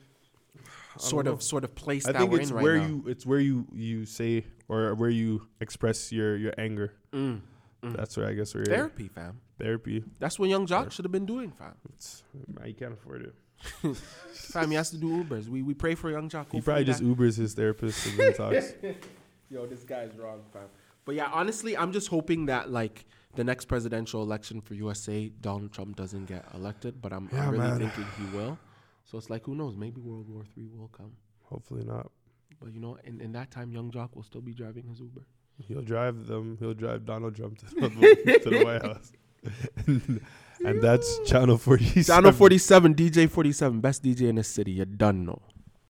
[SPEAKER 5] sort of sort of place
[SPEAKER 4] I
[SPEAKER 5] that
[SPEAKER 4] think
[SPEAKER 5] we're
[SPEAKER 4] it's
[SPEAKER 5] in right
[SPEAKER 4] where
[SPEAKER 5] now.
[SPEAKER 4] you. It's where you you say or where you express your your anger.
[SPEAKER 5] Mm,
[SPEAKER 4] That's where I guess where therapy.
[SPEAKER 5] Therapy, fam.
[SPEAKER 4] therapy.
[SPEAKER 5] That's what young Jock should have been doing, fam.
[SPEAKER 4] It's, you can't afford it.
[SPEAKER 5] Fam, he has to do Ubers. We we pray for young Jock.
[SPEAKER 4] He
[SPEAKER 5] Hopefully
[SPEAKER 4] probably just
[SPEAKER 5] that-
[SPEAKER 4] Ubers his therapist and then talks.
[SPEAKER 5] Yo, this guy's wrong, fam. But yeah, honestly, I'm just hoping that like the next presidential election for USA, Donald Trump doesn't get elected. But I'm,
[SPEAKER 4] Yeah,
[SPEAKER 5] I'm really
[SPEAKER 4] man.
[SPEAKER 5] thinking he will. So it's like, who knows? Maybe World War Three will come.
[SPEAKER 4] Hopefully not.
[SPEAKER 5] But you know, in, in that time, young Jock will still be driving his Uber.
[SPEAKER 4] He'll drive them. He'll drive Donald Trump to the, to the White House. and that's Channel 47.
[SPEAKER 5] Channel 47, DJ 47, best DJ in the city. You're done, no.